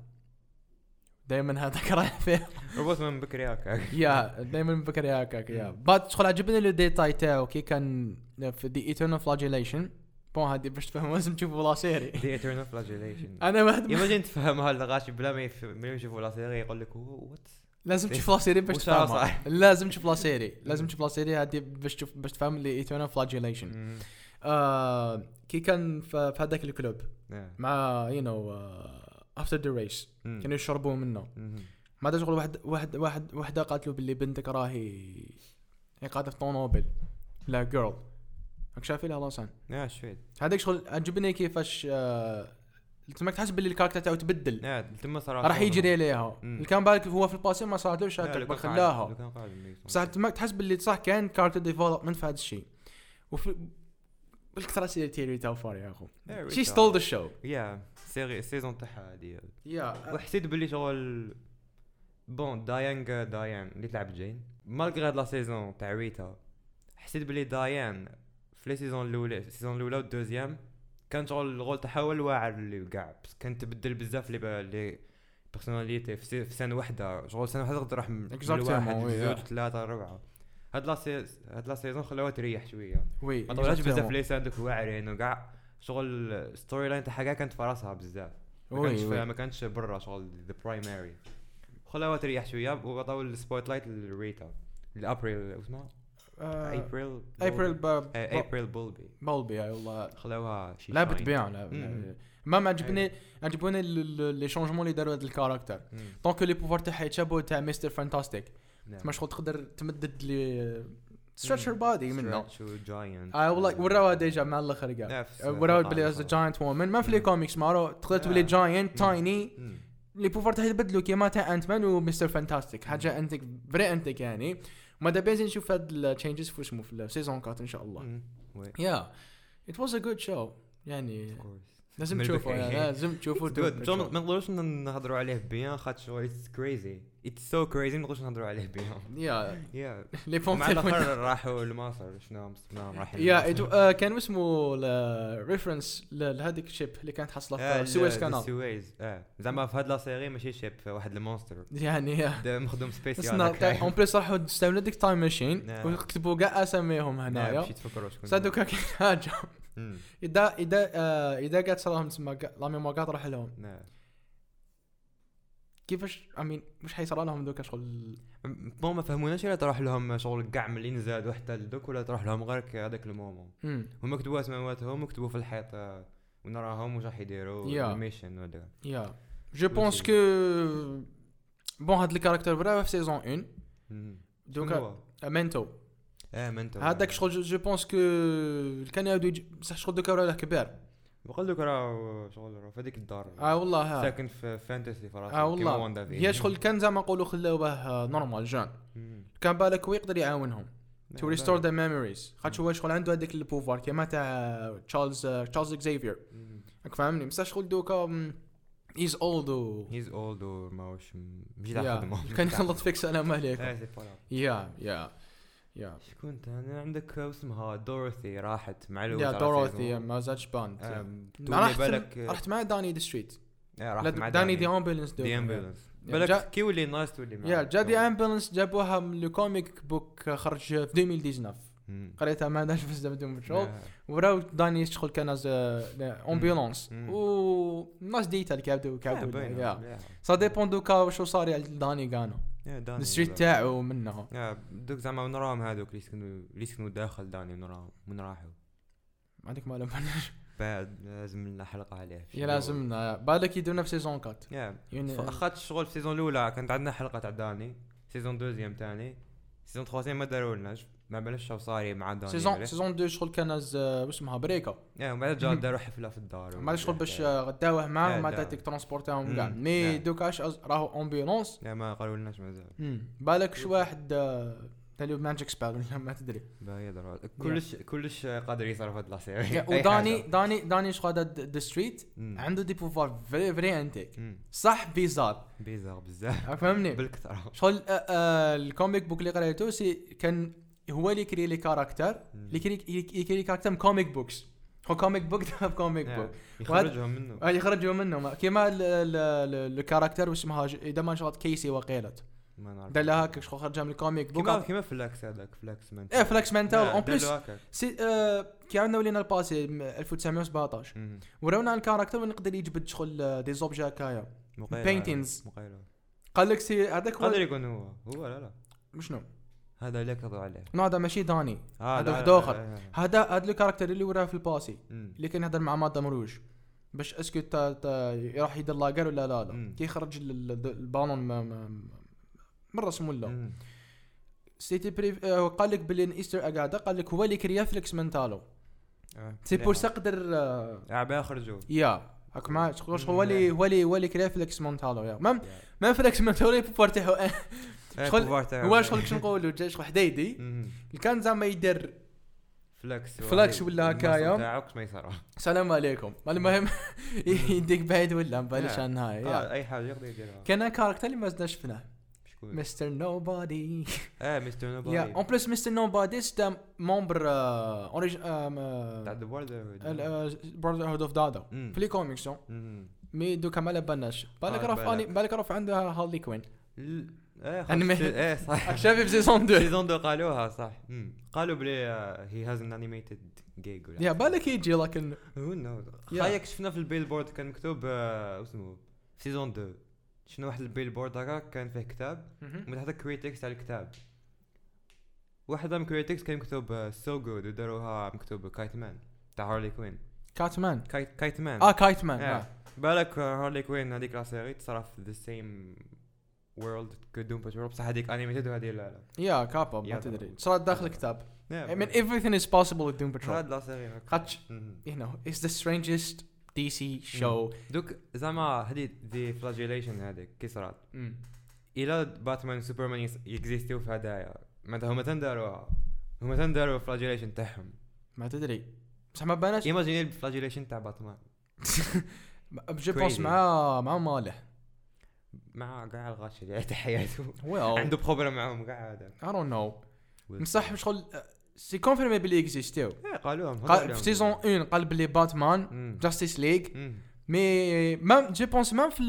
Speaker 1: دائما هذاك راه فيه
Speaker 2: روبوت مان بكري هكا
Speaker 1: يا دائما بكري هكاك يا
Speaker 2: مم.
Speaker 1: بات شغل عجبني لو ديتاي تاعو كي كان في دي ايترنال فلاجيليشن بون هادي باش تفهموا لازم تشوفوا لا سيري
Speaker 2: دي ايترنال فلاجيليشن
Speaker 1: انا واحد
Speaker 2: ايماجين تفهمها الغاشي بلا ما يف- ما يشوفوا لا سيري يقول لك وات
Speaker 1: لازم تشوف لا سيري باش
Speaker 2: وش صار
Speaker 1: تفهمها لازم تشوف لا سيري لازم تشوف لا سيري هادي باش تشوف باش تفهم لي ايترنال فلاجيليشن آه كي كان ف- في هذاك الكلوب مع آه، يو نو افتر ذا ريس كانوا يشربوا منه ما ادري شغل واحد واحد واحد وحده قالت له باللي بنتك راهي هي قاعده في طونوبل لا جيرل راك شايف لها لاسان
Speaker 2: يا شويت
Speaker 1: هذاك شغل عجبني كيفاش آه، تماك تحس باللي الكاركتر تاعو تبدل
Speaker 2: يا تما صراحه
Speaker 1: راح يجري عليها
Speaker 2: مم.
Speaker 1: اللي كان بالك هو في الباسي ما صارتلوش
Speaker 2: لا، لو
Speaker 1: هكا
Speaker 2: كان
Speaker 1: خلاها
Speaker 2: قاعد- لو كان قاعد يميز.
Speaker 1: بصح تماك تحس باللي صح كان كاركتر ديفلوبمنت في هذا الشيء وفي بالكثره سيري تيري تاو فار يا اخو
Speaker 2: Yeah,
Speaker 1: شي
Speaker 2: Rita.
Speaker 1: ستول ذا شو
Speaker 2: يا سيري السيزون تاعها هذه
Speaker 1: يا
Speaker 2: وحسيت باللي شغل بون دايان دايان اللي تلعب جين مالغري هاد لا سيزون تاع ريتا حسيت باللي دايان في لي سيزون الاولى السيزون الاولى والدوزيام كان شغل الغول تاعها هو الواعر اللي كاع بس كان تبدل بزاف لي لي بيرسوناليتي في سي- في سنه واحده شغل سنه واحده تروح من
Speaker 1: Exactement,
Speaker 2: من واحد
Speaker 1: oui,
Speaker 2: لزوج
Speaker 1: yeah.
Speaker 2: ثلاثه اربعه هاد لا سيز- هاد لا سيزون خلاوها تريح شويه
Speaker 1: وي
Speaker 2: ما طولاتش بزاف
Speaker 1: exactement.
Speaker 2: لي سان دوك واعرين وكاع شغل الستوري لاين تاعها كاع كانت في راسها بزاف ما كانش
Speaker 1: وي
Speaker 2: فيها-
Speaker 1: وي
Speaker 2: ما كانش برا شغل ذا برايمري خلاها تريح شويه وعطاو السبوت لايت لريتا لابريل واسمها
Speaker 1: آه،
Speaker 2: ابريل
Speaker 1: ابريل ب-
Speaker 2: آه، ابريل بولبي
Speaker 1: بولبي اي والله
Speaker 2: خلاوها شي
Speaker 1: لعبت
Speaker 2: shine.
Speaker 1: بيان لعب-
Speaker 2: مم.
Speaker 1: ما ما عجبني عجبوني ال- ال- لي شونجمون اللي داروا هذا الكاركتر
Speaker 2: مم.
Speaker 1: دونك لي بوفوار تاعها يتشابهوا تاع مستر فانتاستيك
Speaker 2: نعم.
Speaker 1: تما شغل تقدر تمدد لي ستريتشر بادي منه
Speaker 2: Stretch و giant. آه.
Speaker 1: اي آه، والله وراوها ديجا آه، مع الاخر كاع
Speaker 2: نعم، في
Speaker 1: وراوها
Speaker 2: القطاع
Speaker 1: بلي از
Speaker 2: الصغير.
Speaker 1: جاينت وومن ما في لي
Speaker 2: مم.
Speaker 1: كوميكس مارو تقدر تولي
Speaker 2: آه.
Speaker 1: جاينت
Speaker 2: مم.
Speaker 1: تايني
Speaker 2: مم.
Speaker 1: لي بوفوار تاعها يتبدلوا كيما تاع انت مان ومستر فانتاستيك حاجه انتك فري انتك يعني وماذا بيا زين نشوف هاد التشينجز في اسمه في السيزون كات ان شاء الله
Speaker 2: مم. وي.
Speaker 1: يا ات واز ا جود شو يعني
Speaker 2: Of course.
Speaker 1: لازم
Speaker 2: من
Speaker 1: تشوفوا
Speaker 2: البداية.
Speaker 1: لازم تشوفوا
Speaker 2: Dude,
Speaker 1: دوب
Speaker 2: جون-
Speaker 1: تشوف.
Speaker 2: ما نقدروش نهضروا عليه بيان خاطر شغل اتس كريزي اتس سو كريزي ما نقدروش نهضروا عليه بيان
Speaker 1: يا
Speaker 2: يا
Speaker 1: لي بون
Speaker 2: مع
Speaker 1: تاع
Speaker 2: الاخر راحوا لمصر شنو شنو رايحين
Speaker 1: يا
Speaker 2: لمصر.
Speaker 1: إدو- آه، كان اسمه ريفرنس لهذيك الشيب اللي كانت
Speaker 2: آه،
Speaker 1: حاصله في سويس كانال
Speaker 2: السويس اه زعما في هاد لا سيري ماشي شيب في واحد المونستر
Speaker 1: يعني يا.
Speaker 2: دا مخدوم سبيسيال
Speaker 1: اسنا
Speaker 2: هكا.
Speaker 1: اون بليس راحوا استعملوا ديك تايم ماشين
Speaker 2: نعم.
Speaker 1: وكتبوا كاع اساميهم
Speaker 2: نعم،
Speaker 1: هنايا
Speaker 2: باش يتفكروا شكون
Speaker 1: صادوك كاين حاجه
Speaker 2: مم.
Speaker 1: اذا اذا آه، اذا قعدت صراهم تسمى كاع- لا ميموار قاعد راح لهم
Speaker 2: نعم.
Speaker 1: كيفاش امين واش حيصرى لهم دوكا شغل
Speaker 2: م- بون ما فهموناش الا تروح لهم شغل كاع من اللي نزادوا حتى لدوك ولا تروح لهم غير ك- هذاك المومون
Speaker 1: مم.
Speaker 2: هما كتبوا اسماواتهم وكتبوا في الحيط آه، ونراهم واش راح يديروا
Speaker 1: يا.
Speaker 2: الميشن ولا
Speaker 1: يا جو
Speaker 2: Merci.
Speaker 1: بونس كو بون هاد الكاركتر برا في سيزون 1
Speaker 2: مم. شكون
Speaker 1: دوكا
Speaker 2: هو؟
Speaker 1: مينتو
Speaker 2: اه منتو
Speaker 1: هذاك شغل جو- جو بونس كو كان يعاودو يجي- بصح شغل دوكا ولا كبير
Speaker 2: بقول لك راه شغل راه في هذيك الدار
Speaker 1: اه والله ها.
Speaker 2: ساكن في فانتسي في راسه
Speaker 1: اه
Speaker 2: كيما
Speaker 1: والله
Speaker 2: واندا فيجن.
Speaker 1: هي شغل كان زعما نقولوا خلاوه آه، نورمال جون
Speaker 2: مم.
Speaker 1: كان بالك هو يقدر يعاونهم تو
Speaker 2: نعم،
Speaker 1: ريستور ذا ميموريز خاطر هو شغل عنده هذاك البوفوار كيما تاع تشارلز آه، تشارلز اكزيفير
Speaker 2: مم.
Speaker 1: راك فاهمني بصح شغل آه، دوكا از اولد و
Speaker 2: هيز اولد وماهوش ماشي تاع
Speaker 1: يا،
Speaker 2: خدمه
Speaker 1: كان يخلط فيك سلام
Speaker 2: آه،
Speaker 1: عليكم
Speaker 2: سي با لا.
Speaker 1: يا يا يا
Speaker 2: شكون انا عندك اسمها دوروثي راحت مع الوقت
Speaker 1: يا
Speaker 2: على
Speaker 1: دوروثي
Speaker 2: سيزون.
Speaker 1: ما زادش باند
Speaker 2: آه،
Speaker 1: آه،
Speaker 2: تولي
Speaker 1: رحت
Speaker 2: بالك آه،
Speaker 1: رحت مع داني دي ستريت
Speaker 2: آه،
Speaker 1: لا،
Speaker 2: راحت مع
Speaker 1: داني دي امبولنس
Speaker 2: دي امبيلانس بالك
Speaker 1: جا-
Speaker 2: نعم. كي يولي نايس تولي معاه
Speaker 1: يا جا دي امبولنس جابوها من لو كوميك بوك آه، خرج في 2019
Speaker 2: مم.
Speaker 1: قريتها ما عندهاش في دوم بترول
Speaker 2: آه.
Speaker 1: وراو داني يشتغل كناز امبيلونس
Speaker 2: مم.
Speaker 1: و ناس ديتال كابدو
Speaker 2: آه،
Speaker 1: كابدو
Speaker 2: باينة،
Speaker 1: يا.
Speaker 2: مليحة.
Speaker 1: سا ديبون دوكا وشو صار يعني داني كانو
Speaker 2: يا داني
Speaker 1: الستريت
Speaker 2: ولا-
Speaker 1: تاعو منها
Speaker 2: يا دوك زعما نراهم هذوك اللي يسكنوا اللي يسكنوا داخل داني نراهم من راحوا
Speaker 1: ما عندك ما لمناش
Speaker 2: بعد لازم لنا حلقه عليه
Speaker 1: يا لازمنا بالك يديرونا في سيزون 4
Speaker 2: يا
Speaker 1: يعني
Speaker 2: اخذت الشغل في السيزون الاولى كانت عندنا حلقه تاع داني سيزون دوزيام تاني سيزون تخوازيام ما داروا لناش ما بلاش شو صاري مع داني
Speaker 1: سيزون
Speaker 2: بلاش.
Speaker 1: سيزون 2 شغل كناز اسمها بريكا
Speaker 2: يا ومن بعد جا داروا حفله في الدار
Speaker 1: ما شغل باش
Speaker 2: يا
Speaker 1: غداوه معاه
Speaker 2: آه،
Speaker 1: وما
Speaker 2: داوه.
Speaker 1: تاتيك ترونسبورتاهم
Speaker 2: مم.
Speaker 1: كاع مي
Speaker 2: آه.
Speaker 1: دوكا اش أز- راهو امبيلونس
Speaker 2: ما قالوا لناش مازال
Speaker 1: بالك شو واحد آه، تاع اللي مانجيك سبار ولا ما تدري
Speaker 2: باهي درا- كلش كلش قادر يصير في هاد لا سيري أي حاجة.
Speaker 1: وداني داني داني شغل ذا ستريت
Speaker 2: مم.
Speaker 1: عنده دي بوفوار فري فري انتيك
Speaker 2: مم.
Speaker 1: صح بيزار
Speaker 2: بيزار بزاف
Speaker 1: فهمني
Speaker 2: بالكثر
Speaker 1: شغل آه، آه، الكوميك بوك اللي قريته سي كان هو اللي كري لي كاركتر اللي كري يكري كاركتر من كوميك بوكس هو كوميك بوك تاع كوميك بوك
Speaker 2: يخرجهم منه
Speaker 1: آه، يخرجوا منهم كيما ال- ال- ال- الكاركتر واسمها ج- اذا ما شغلت كيسي وقيلت
Speaker 2: ما نعرف
Speaker 1: دلا هكا شغل خرجها من الكوميك
Speaker 2: كيما
Speaker 1: بوك
Speaker 2: كيما فلاكس هذاك فلاكس مان
Speaker 1: ايه فلاكس مانتاو اون بليس
Speaker 2: هكاك
Speaker 1: سي آه، كي عندنا ولينا الباسي م- 1917
Speaker 2: مم.
Speaker 1: ورونا الكاركتر وين يقدر يجبد شغل آه، دي زوبجي هكايا
Speaker 2: مقيلة.
Speaker 1: Paintings.
Speaker 2: مقيلة
Speaker 1: قال لك سي هذاك هو-
Speaker 2: قادر يكون هو هو لا لا
Speaker 1: شنو
Speaker 2: هذا اللي كضوا عليه
Speaker 1: نو هذا ماشي داني
Speaker 2: اه
Speaker 1: هذا
Speaker 2: لا،
Speaker 1: واحد
Speaker 2: لا، لا،
Speaker 1: آخر.
Speaker 2: لا، لا.
Speaker 1: هذا هذا الكاركتر اللي وراه في الباسي
Speaker 2: مم.
Speaker 1: اللي كان يهضر مع مادام روج باش اسكو تا تا راح يدير لاكار ولا لا لا
Speaker 2: مم.
Speaker 1: كي يخرج ال- ال- البالون ما- ما- ما- من رسمه ولا
Speaker 2: مم.
Speaker 1: سيتي بريف آه، قال لك باللي إن ايستر ايج هذا قال لك هو اللي كريا فليكس منتالو
Speaker 2: آه،
Speaker 1: سي
Speaker 2: مليحة.
Speaker 1: بور سا قدر آه،
Speaker 2: عبا يخرجوا
Speaker 1: يا هاك ما شغل شغل
Speaker 2: مم،
Speaker 1: هو اللي
Speaker 2: مليح.
Speaker 1: هو اللي هو اللي كريا فليكس منتالو يا مام
Speaker 2: يا.
Speaker 1: ما فليكس منتالو بور تاعو
Speaker 2: إيه،
Speaker 1: شغل-
Speaker 2: كوفار تاعهم.
Speaker 1: هو شغل باش نقولوا جا شغل حدايدي
Speaker 2: مم.
Speaker 1: كان زعما يدير
Speaker 2: فلاكس
Speaker 1: فلاكس ولا هكايا.
Speaker 2: تاعك ما يصير
Speaker 1: سلام عليكم المهم يديك بعيد ولا مباليش
Speaker 2: يا.
Speaker 1: عنها يا.
Speaker 2: آه، اي حاجه يقدر يديرها
Speaker 1: كان كاركتر اللي مازال شفناه
Speaker 2: شكون
Speaker 1: مستر نوبادي
Speaker 2: اه مستر
Speaker 1: يا
Speaker 2: نوبادي
Speaker 1: اون بليس مستر نوبادي ستا مومبر euh,
Speaker 2: تاع ذا بوردر
Speaker 1: براذر هود اوف دادا
Speaker 2: مم.
Speaker 1: في لي كوميكس مي دوكا ما على بالناش بالك
Speaker 2: آه،
Speaker 1: راه فاني
Speaker 2: بالك.
Speaker 1: بالك راه عندها هارلي كوين
Speaker 2: ايه
Speaker 1: أنمي.
Speaker 2: خلاص، ايه صح
Speaker 1: شافي في سيزون 2
Speaker 2: سيزون دو قالوها صح مم. قالوا بلي آه، هي هاز ان انيميتد جيج ولا
Speaker 1: يا بالك يجي لكن
Speaker 2: هو نو
Speaker 1: يا.
Speaker 2: خايك شفنا في البيلبورد كان مكتوب آه، واسمه في سيزون 2 شفنا واحد البيلبورد هكا كان فيه كتاب ومن تحت كريتكس على الكتاب واحد من كريتكس كان مكتوب سو جود وداروها مكتوب كايت مان تاع هارلي كوين
Speaker 1: كاتمان
Speaker 2: كايت كايت مان
Speaker 1: اه كايتمان
Speaker 2: Yeah.
Speaker 1: آه.
Speaker 2: بالك آه، هارلي كوين هذيك لا سيري تصرا في ذا سيم وورلد كدوم باترول بصح هذيك انيميتد وهذه لا
Speaker 1: يا كابا ما
Speaker 2: يا
Speaker 1: تدري
Speaker 2: طبعاً.
Speaker 1: صارت داخل الكتاب
Speaker 2: لا
Speaker 1: I mean everything is possible with Doom Patrol
Speaker 2: هاد لا سيري هكا.
Speaker 1: خاطش
Speaker 2: مم.
Speaker 1: you know it's the strangest DC show
Speaker 2: دوك زعما هذه دي فلاجيليشن هذيك كي صرات
Speaker 1: مم.
Speaker 2: الى باتمان وسوبرمان يس- يكزيستيو في آه، هدايا معناتها هما تنداروها هما تنداروا الفلاجيليشن تاعهم
Speaker 1: ما تدري بصح ما باناش
Speaker 2: ايماجيني الفلاجيليشن تاع باتمان
Speaker 1: جو بونس
Speaker 2: Crazy.
Speaker 1: مع مع مالح
Speaker 2: مع كاع الغاش اللي عايش حياته
Speaker 1: well
Speaker 2: عنده بروبليم معاهم كاع هذا
Speaker 1: I don't know بصح شغل سي كونفيرمي آه، بلي اكزيستيو
Speaker 2: إيه، قالوهم هضروا
Speaker 1: قال
Speaker 2: لهم.
Speaker 1: في سيزون 1 قال بلي باتمان
Speaker 2: مم.
Speaker 1: جاستيس ليغ
Speaker 2: مم.
Speaker 1: مي مام جو بونس مام في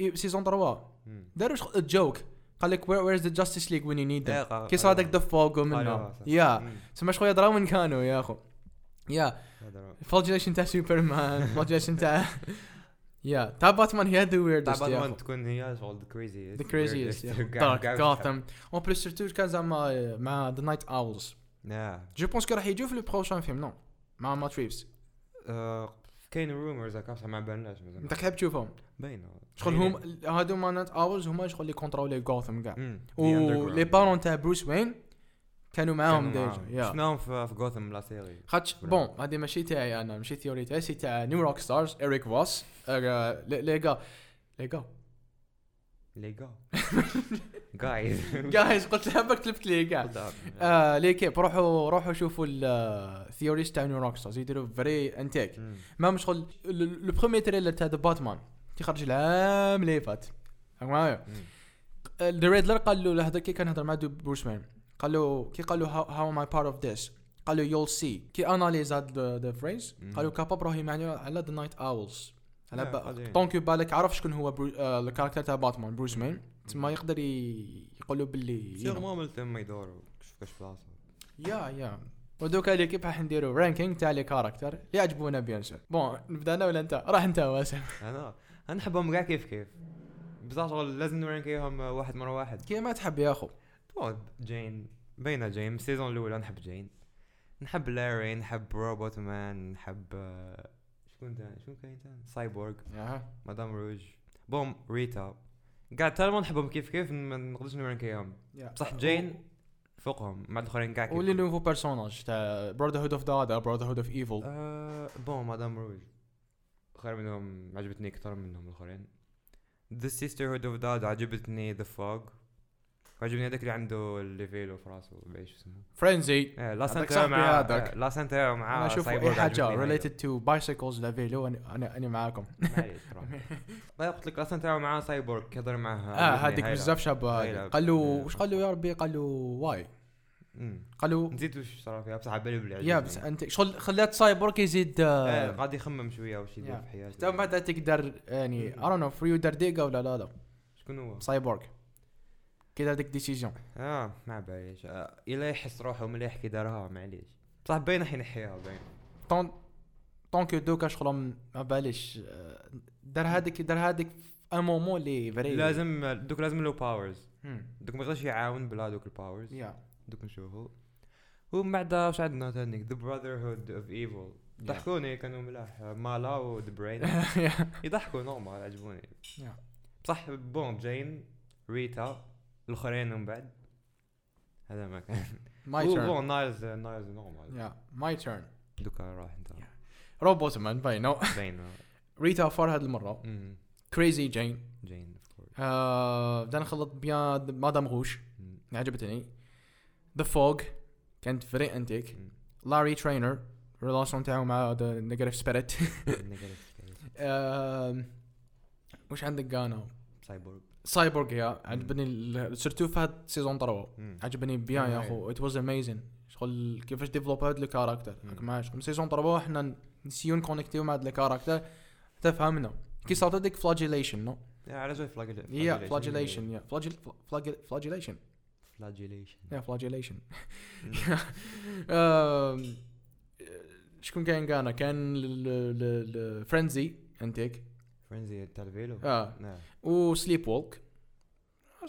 Speaker 1: ال- سيزون 3
Speaker 2: مم.
Speaker 1: داروا شغل جوك قال لك وير از ذا جاستيس ليغ وين يو نيد
Speaker 2: إيه،
Speaker 1: ذم
Speaker 2: قا-
Speaker 1: كي صار
Speaker 2: قالوها.
Speaker 1: هذاك ذا فوق ومنه
Speaker 2: قالوها صح.
Speaker 1: يا
Speaker 2: مم.
Speaker 1: تسمى شويه درا وين كانوا يا اخو يا
Speaker 2: هضروا.
Speaker 1: فولجيشن تاع سوبرمان فولجيشن تاع يا تاع باتمان هي ذا
Speaker 2: تاع
Speaker 1: ويردست يا اخو
Speaker 2: باتمان تكون هي شغل ذا كريزي
Speaker 1: ذا كريزيست دارك غاثم اون بليس سيرتو كان زعما مع ذا نايت اولز جو بونس كو راح يجوا في لو بروشان فيلم نو مع مات ريفز
Speaker 2: Uh, كاين رومرز هكا بصح ما بالناش
Speaker 1: انت تحب تشوفهم
Speaker 2: باينه
Speaker 1: شغل هم هادو مع نايت اولز هما شغل اللي كونترولي غوثم
Speaker 2: Mm,
Speaker 1: كاع و لي
Speaker 2: ولي
Speaker 1: بارون تاع بروس وين كانوا معاهم ديجا يا
Speaker 2: شفناهم في في جوثم لا سيري
Speaker 1: خاطش
Speaker 2: ولا-
Speaker 1: بون هذه ماشي تاعي انا ماشي ثيوري تاعي سي تاع نيو روك ستارز اريك فوس لي كا لي كا
Speaker 2: لي جا جايز
Speaker 1: جايز قلت لها بك تلفت لي كاع آه ليكيب روحوا روحوا شوفوا آه، الثيوريز تاع نيو روك ستارز يديروا فري انتيك ما شغل لو بروميي تريلر تاع ذا باتمان تيخرج العام اللي فات فاهم معايا ذا ريدلر قال له لهذا كي كان يهضر مع دو- بروس وين قال له كي قال له هاو ام اي بارت اوف ذيس قال له يول سي كي اناليز هاد ذا فريز
Speaker 2: مم.
Speaker 1: قال له كاباب راهي معني على ذا نايت اولز
Speaker 2: لا،
Speaker 1: على
Speaker 2: قادرين.
Speaker 1: دونك بالك عرف شكون هو برو- آه، الكاركتر تاع باتمان بروس وين تما يقدر ي- يقولوا باللي you know.
Speaker 2: سيغمون من تما يدوروا كش كش بلاصه
Speaker 1: يا يا ودوكا ليكيب راح نديرو رانكينغ تاع لي كاركتر اللي عجبونا بيان سور بون نبدا انا ولا انت راح انت واسم
Speaker 2: انا أنا نحبهم كاع كيف كيف بصح شغل لازم نورينكيهم واحد مره واحد
Speaker 1: كيما تحب يا اخو
Speaker 2: بون جين باينه جين من السيزون الاولى نحب جين نحب لاري نحب روبوت مان نحب آه، شكون تاني شكون كاين تاني سايبورغ
Speaker 1: اها
Speaker 2: مدام روج بوم ريتا كاع تالمون نحبهم كيف كيف ما نقدرش نورينكيهم بصح جين فوقهم مع الاخرين كاع كيف
Speaker 1: ولي نوفو بيرسوناج تاع براذر هود اوف دادا براذر هود اوف ايفل
Speaker 2: آه، بون مدام روج خير منهم عجبتني اكثر منهم الاخرين ذا سيسترهود اوف داد عجبتني ذا فوج عجبني هذاك اللي عنده الفيلو في راسه بعيش اسمه
Speaker 1: فرينزي
Speaker 2: آه، لا
Speaker 1: هذاك
Speaker 2: سانتا
Speaker 1: صاحبي
Speaker 2: مع
Speaker 1: هذاك. إيه،
Speaker 2: آه، لا سانتا مع
Speaker 1: انا اشوف
Speaker 2: سايبورغ
Speaker 1: اي حاجه
Speaker 2: عجبتني هذا.
Speaker 1: ريليتد تو بايسيكلز لا فيلو انا انا أنا معاكم
Speaker 2: معليش، روح. ما طيب، قلت لك لا سانتا مع سايبورغ كيهضر معاه
Speaker 1: اه
Speaker 2: عجبني
Speaker 1: هذيك
Speaker 2: هايلة.
Speaker 1: بزاف شابه
Speaker 2: هايلة.
Speaker 1: قال له
Speaker 2: آه.
Speaker 1: واش قال له يا ربي قال له واي
Speaker 2: مم.
Speaker 1: قال له
Speaker 2: نسيت واش صرا فيها بصح على بالي بلي
Speaker 1: يا
Speaker 2: عجبني.
Speaker 1: بس انت شغل خلات سايبورغ يزيد
Speaker 2: آه،
Speaker 1: آه،
Speaker 2: قاعد يخمم شويه واش يدير
Speaker 1: يا. طيب،
Speaker 2: في حياته
Speaker 1: حتى من بعد تقدر يعني اي دون فريو درديقه ولا لا لا
Speaker 2: شكون هو؟
Speaker 1: سايبورغ كي دار ديك ديسيجن
Speaker 2: اه ما باليش آه. الا يحس روحه مليح كي دارها معليش بصح باين حين يحيها باين
Speaker 1: طون طون كو دوكا شغل ما باليش آه، دار هذيك دار هذيك ان مومون اللي فري
Speaker 2: لازم دوك لازم له باورز
Speaker 1: مم.
Speaker 2: دوك ما يقدرش يعاون بلا دوك الباورز
Speaker 1: يا
Speaker 2: دوك نشوفو ومن بعد واش عندنا ثاني ذا براذر هود اوف ايفل ضحكوني كانوا ملاح مالا وذا برين
Speaker 1: يا.
Speaker 2: يضحكوا نورمال عجبوني
Speaker 1: يا.
Speaker 2: بصح بون جين ريتا الاخرين من بعد هذا ما كان
Speaker 1: ماي
Speaker 2: هو
Speaker 1: تيرن
Speaker 2: بون نايلز نايلز نورمال
Speaker 1: يا ماي تيرن
Speaker 2: دوكا راح انت
Speaker 1: Yeah. روبوت مان باينو
Speaker 2: باين
Speaker 1: ريتا فار هاد المره
Speaker 2: مم.
Speaker 1: كريزي جين
Speaker 2: جين اوف كورس
Speaker 1: آه، بدنا نخلط بيان مادام غوش عجبتني ذا فوج كانت فري انتيك
Speaker 2: مم.
Speaker 1: لاري ترينر ريلاسيون تاعو مع ذا نيجاتيف سبيريت آم، وش عندك انا
Speaker 2: سايبورغ
Speaker 1: سايبورغ يا عجبني سيرتو في هاد سيزون 3 عجبني بيان يا
Speaker 2: أي.
Speaker 1: اخو ات واز اميزين شغل كيفاش ديفلوب هاد الكاركتر
Speaker 2: إيه. مم.
Speaker 1: مع شغل سيزون 3 حنا نسيو نكونكتيو مع هاد الكاركتر تفهمنا كي صارت هذيك فلاجيليشن نو
Speaker 2: على جوي فلاجيليشن
Speaker 1: يا فلاجيليشن يا فلاجيليشن
Speaker 2: فلاجيليشن
Speaker 1: يا فلاجيليشن
Speaker 2: مم.
Speaker 1: شكون كان كان كان فرينزي انتيك
Speaker 2: فرينزي تاع الفيلو
Speaker 1: اه
Speaker 2: نعم.
Speaker 1: وسليب وولك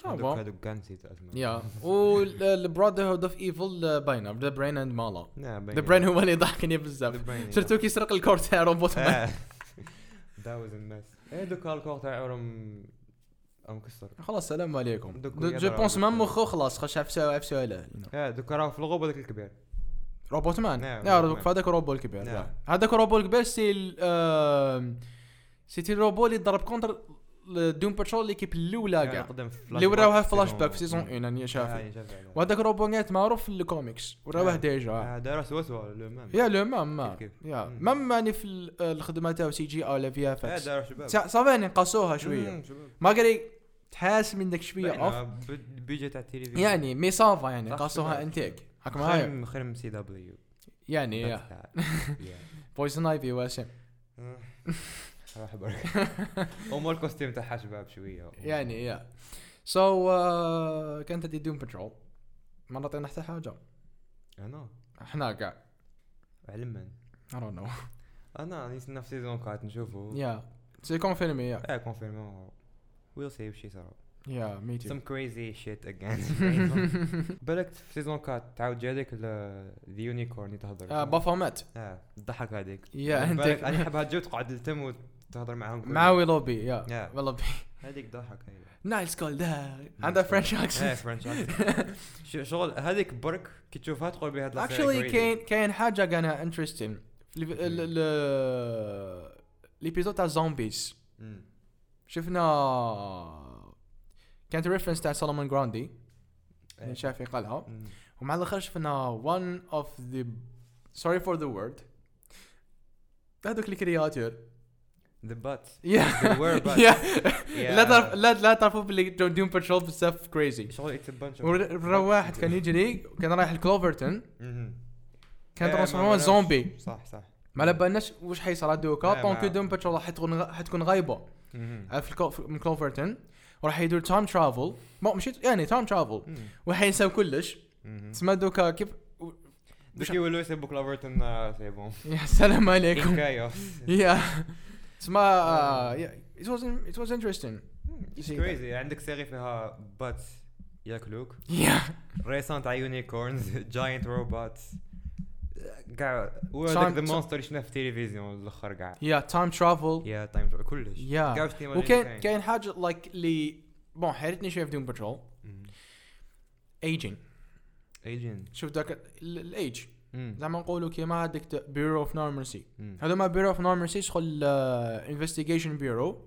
Speaker 2: هذوك هذوك كان نسيت اسمه
Speaker 1: يا والبراذر هود اوف ايفل باينه ذا برين اند مالا
Speaker 2: نعم
Speaker 1: ذا برين هو اللي ضحكني بزاف سيرتو كي سرق الكور تاع روبوت
Speaker 2: إيه.
Speaker 1: مان.
Speaker 2: داوز الناس ايه دوك الكور تاعهم راهم كسر
Speaker 1: خلاص السلام عليكم
Speaker 2: دوك
Speaker 1: جو
Speaker 2: يضرب.
Speaker 1: بونس مام مخو خلاص خش عفسه عفسه عليه
Speaker 2: اه دوك راهو في الغوبه ذاك الكبير
Speaker 1: روبوت مان
Speaker 2: نعم،
Speaker 1: يا
Speaker 2: روبوت
Speaker 1: دوك
Speaker 2: مان.
Speaker 1: هذاك روبو الكبير
Speaker 2: نعم.
Speaker 1: يا. هذاك روبو الكبير سي ال- آه، آم، سيتي الروبو اللي ضرب كونتر دوم باترول ليكيب الاولى كاع
Speaker 2: يعني قدام في
Speaker 1: اللي وراوها فلاش باك في سيزون يعني
Speaker 2: سيزون
Speaker 1: 1 راني
Speaker 2: آه،
Speaker 1: شافي
Speaker 2: يعني شافي
Speaker 1: وهذاك روبو كانت معروف في الكوميكس وراوه
Speaker 2: آه.
Speaker 1: ديجا
Speaker 2: دار سوا سوا لو مام إيه،
Speaker 1: يا لو مام ما
Speaker 2: كيف كيف.
Speaker 1: يا
Speaker 2: مم.
Speaker 1: مام ماني في ال- الخدمه تاعو سي جي او ولا في اف
Speaker 2: آه،
Speaker 1: اكس
Speaker 2: دار شباب
Speaker 1: صافي يعني قاسوها شويه
Speaker 2: مم، شباب
Speaker 1: ما قري تحاس منك شويه
Speaker 2: باينة،
Speaker 1: اوف
Speaker 2: ب- بيجي تاع التلفزيون
Speaker 1: يعني مي صافا يعني
Speaker 2: صح،
Speaker 1: قاسوها
Speaker 2: شباب.
Speaker 1: انتيك هاك
Speaker 2: خير
Speaker 1: معايا
Speaker 2: من خير من سي دبليو
Speaker 1: يعني يا بويزن ايفي واسم
Speaker 2: راح برك هما الكوستيم تاعها شباب شويه
Speaker 1: يعني يا سو كانت هذه دوم بترول ما نعطينا حتى حاجه
Speaker 2: انا
Speaker 1: احنا كاع
Speaker 2: علم من
Speaker 1: I don't know
Speaker 2: انا راني نستنى يعني في سيزون كات نشوفو
Speaker 1: يا سي كونفيرمي يا
Speaker 2: اه كونفيرمون ويل سي شي صرا
Speaker 1: يا ميتي
Speaker 2: سم كريزي شيت اجين بالك في سيزون كات تعاود جا هذيك ذا يونيكورن
Speaker 1: آه،
Speaker 2: تهضر
Speaker 1: بافومات
Speaker 2: اه الضحك هذيك
Speaker 1: يا
Speaker 2: بالك
Speaker 1: انت
Speaker 2: انا نحبها تجي وتقعد للتم وتهضر معاهم كلهم.
Speaker 1: مع ويلوبي يا
Speaker 2: يا.
Speaker 1: ويلوبي
Speaker 2: هذيك ضحك هي
Speaker 1: نايلز كول ده عندها فرنش
Speaker 2: ايه
Speaker 1: اكسنت
Speaker 2: فرنش شغل هذيك برك كي تشوفها تقول بها هاد الأسئلة
Speaker 1: اكشلي
Speaker 2: crazy.
Speaker 1: كاين كاين حاجه كان انترستين uh,
Speaker 2: Hmm.
Speaker 1: ليبيزود تاع زومبيز
Speaker 2: مم.
Speaker 1: شفنا كانت ريفرنس تاع سولومون جراندي
Speaker 2: إيه.
Speaker 1: اللي شافي قالها
Speaker 2: مم.
Speaker 1: ومع الاخر شفنا one of the sorry for the word هذوك الكرياتور
Speaker 2: The butts.
Speaker 1: يا
Speaker 2: They were butts.
Speaker 1: يا
Speaker 2: Yeah.
Speaker 1: لا تعرف لا لا تعرفوا باللي دوم باترول بزاف كريزي
Speaker 2: شغل it's a bunch of
Speaker 1: والواحد كان يجري كان رايح لكلوفرتون
Speaker 2: مهم.
Speaker 1: كان
Speaker 2: إيه،
Speaker 1: ترانسفورمون
Speaker 2: ما-
Speaker 1: زومبي
Speaker 2: صح صح
Speaker 1: ما على بالناش واش حيصرى دوكا
Speaker 2: إيه،
Speaker 1: طونك
Speaker 2: ما-
Speaker 1: دوم باترول راح تكون غ- حتكون غايبه
Speaker 2: مهم.
Speaker 1: آه، في الكو- في- من كلوفرتون وراح يدير تايم ترافل ما مشيت يعني تايم ترافل
Speaker 2: مم.
Speaker 1: وراح ينساو كلش
Speaker 2: مهم.
Speaker 1: تسمى دوكا كيف
Speaker 2: دوك يولوا يسبوك لافرتون آه، سي بون
Speaker 1: يا سلام عليكم
Speaker 2: كايوس
Speaker 1: يا تسمى آه، yeah, it was it was interesting see that.
Speaker 2: كريزي عندك سيري فيها باتس ياكلوك
Speaker 1: يا
Speaker 2: ريسون تاع يونيكورنز جاينت روبوتس كاع
Speaker 1: Time-
Speaker 2: وهذاك ذا
Speaker 1: time-
Speaker 2: مونستر شفناه في التلفزيون الاخر كاع
Speaker 1: يا تايم ترافل
Speaker 2: يا تايم ترافل كلش
Speaker 1: يا.
Speaker 2: كاع واش تيما
Speaker 1: وكاين كاين حاجه لايك اللي بون حيرتني شويه في دوم باترول ايجينج
Speaker 2: ايجين
Speaker 1: شوف ذاك ال- الايج زعما نقولوا كيما هذيك بيرو اوف نورمالسي
Speaker 2: مم.
Speaker 1: هذوما بيرو اوف نورمالسي شغل انفستيجيشن بيرو آه،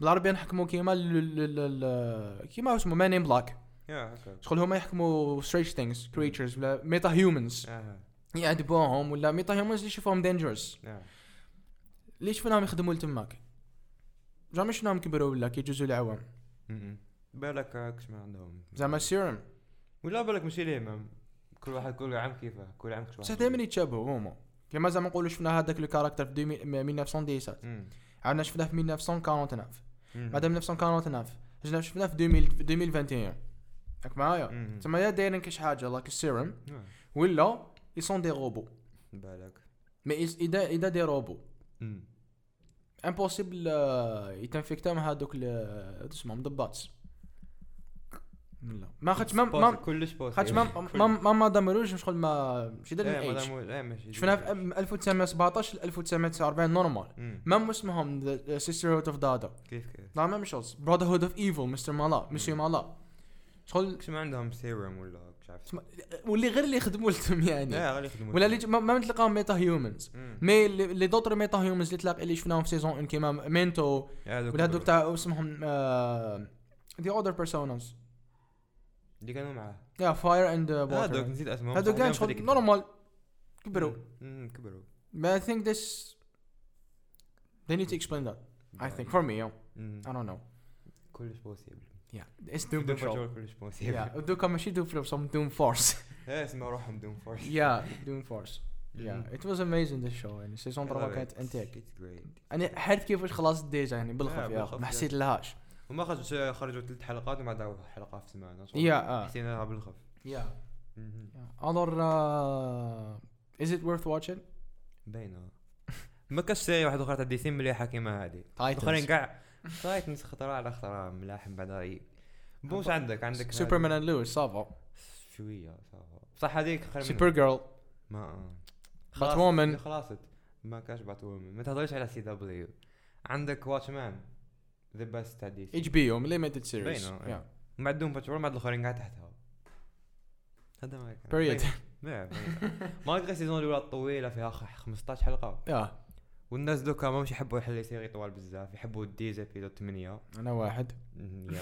Speaker 1: بالعربي نحكموا كيما ال- ال- ال- كيما اسمه مان ان بلاك
Speaker 2: يا هكا
Speaker 1: شغل هما يحكموا ستريش ثينجز كريتشرز ولا ميتا هيومنز
Speaker 2: آه،
Speaker 1: يعذبوهم ولا ميتا هيومنز اللي يشوفوهم دينجرس
Speaker 2: آه.
Speaker 1: اللي شفناهم يخدموا لتماك زعما شفناهم كبروا ولا كي يجوزوا العوام
Speaker 2: بالك هاك شما عندهم
Speaker 1: زعما السيرم
Speaker 2: ولا بالك ماشي ليهم كل واحد كل عام كيفه كل عام كل واحد
Speaker 1: بصح دائما يتشابهوا هما كيما زعما نقولوا شفنا هذاك لو كاركتر في 2000 1917
Speaker 2: مم.
Speaker 1: عندنا شفناه في 1949
Speaker 2: مم.
Speaker 1: بعد 1949 جينا شفناه في 2000 في 2021 راك معايا
Speaker 2: مم.
Speaker 1: تما يا دايرين كاش حاجه لاك السيرم
Speaker 2: آه،
Speaker 1: ولا يسون دي روبو
Speaker 2: بالك
Speaker 1: مي إز- اذا اذا دي روبو
Speaker 2: مم.
Speaker 1: امبوسيبل يتنفكتا مع هذوك آه، ال- آه، اسمهم ضباط لا ما خدش ما
Speaker 2: بوس-
Speaker 1: ما
Speaker 2: كلش بوس
Speaker 1: خدش ما ما ما ما دمروش شغل ما مش دار
Speaker 2: إيه،
Speaker 1: الايج شفناه في 1917 ل 1949 نورمال مام اسمهم ذا سيسترهود اوف دادا
Speaker 2: كيف كيف
Speaker 1: لا مام شوز براذر هود اوف ايفل مستر مالا مسيو مالا شغل
Speaker 2: كش ما عندهم سيرم ولا كش عارف
Speaker 1: اسمع، واللي غير اللي يخدموا لتم يعني
Speaker 2: لا غير يخدموا
Speaker 1: إيه؟ ولا اللي ما ما تلقاهم ميتا هيومنز مي اللي اللي دوتر ميتا هيومنز اللي تلاقي اللي شفناهم في سيزون 1 كيما مينتو ولا هذوك تاع اسمهم euh, ذا اودر بيرسونز
Speaker 2: اللي كانوا معاه
Speaker 1: يا فاير اند
Speaker 2: هذوك
Speaker 1: واتر
Speaker 2: نسيت اسمهم
Speaker 1: هذوك كان شغل نورمال كبروا
Speaker 2: كبروا
Speaker 1: but I think this they need to explain that I think for me yeah. I don't know
Speaker 2: كلش بوسيبل
Speaker 1: yeah it's Doom Patrol
Speaker 2: كلش بوسيبل
Speaker 1: yeah دوكا ماشي Doom Patrol some Doom Force
Speaker 2: إيه، اسمه روحهم دوم فورس
Speaker 1: yeah Doom Force yeah it was amazing this show يعني سيزون 3 كانت انتيك انا حرت كيفاش خلاص ديجا يعني بالخف
Speaker 2: Yeah,
Speaker 1: يا
Speaker 2: بالخف،
Speaker 1: أخي، ما
Speaker 2: yeah.
Speaker 1: حسيت لهاش
Speaker 2: هما خرجوا خرجوا ثلاث حلقات وما داو حلقه في سمانه
Speaker 1: يا اه
Speaker 2: حسينا بالخف
Speaker 1: يا اضر uh, is it worth watching
Speaker 2: باينه ما كاش سيري واحد اخرى تاع دي سي مليحه كيما هذه الاخرين
Speaker 1: Titans
Speaker 2: كاع تايتنز خطره على خطره ملاحم بعدا ي- بوش عندك عندك
Speaker 1: سوبرمان اند لويس صافا
Speaker 2: هذه- شويه صافا بصح هذيك خير منها.
Speaker 1: سوبر جيرل
Speaker 2: ما آه.
Speaker 1: بات
Speaker 2: خلاص
Speaker 1: وومن
Speaker 2: خلاصت ما كاش بات وومن ما تهضرش على سي دبليو عندك واتشمان ذا بيست تاع دي سي
Speaker 1: اتش بي ام ليميتد سيريز
Speaker 2: باينة، إيه. مع دوم باترول مع الاخرين كاع تحتها هذا ما كان
Speaker 1: Period.
Speaker 2: باينة. باينة. مالغري السيزون الاولى الطويله فيها خ- 15 حلقه
Speaker 1: يا
Speaker 2: والناس دوكا ما مش يحبوا يحلوا سيري طوال بزاف يحبوا ديز ابيزود 8
Speaker 1: انا واحد
Speaker 2: يا. يعني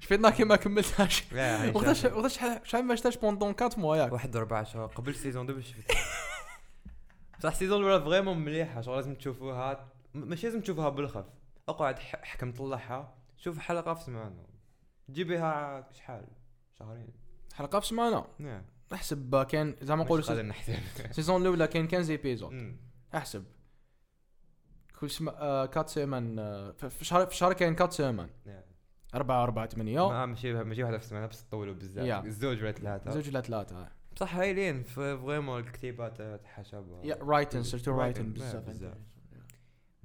Speaker 1: شفنا كي ما كملتهاش
Speaker 2: لا، هاي
Speaker 1: وقتاش
Speaker 2: شافت.
Speaker 1: وقتاش شحال شحال ما شتاش بوندون 4 موا ياك
Speaker 2: واحد وربع شهور قبل السيزون دو باش شفت بصح السيزون الاولى فريمون مليحه شغل لازم تشوفوها م- ماشي لازم تشوفوها بالخف اقعد ح- حكم طلعها شوف حلقه في سمانه جيبيها شحال شهرين
Speaker 1: حلقه في سمانه
Speaker 2: نعم
Speaker 1: احسب كان زعما نقولوا
Speaker 2: مش
Speaker 1: سيز-
Speaker 2: قادر نحسب
Speaker 1: السيزون الاولى كان 15 ايبيزود
Speaker 2: أمم.
Speaker 1: احسب كل سما آه، كات سيمان آه، ف- في شهر في شهر كان كات سيمان
Speaker 2: نعم.
Speaker 1: 4 4 8
Speaker 2: ما ماشي ماشي واحده في سمانه بس طولوا بزاف
Speaker 1: Yeah.
Speaker 2: الزوج ولا ثلاثه
Speaker 1: زوج ولا ثلاثه
Speaker 2: بصح هايلين فريمون الكتيبات آه، تحشبها
Speaker 1: يا رايتن صرتو رايتن
Speaker 2: Writing،
Speaker 1: بزاف
Speaker 2: بزاف.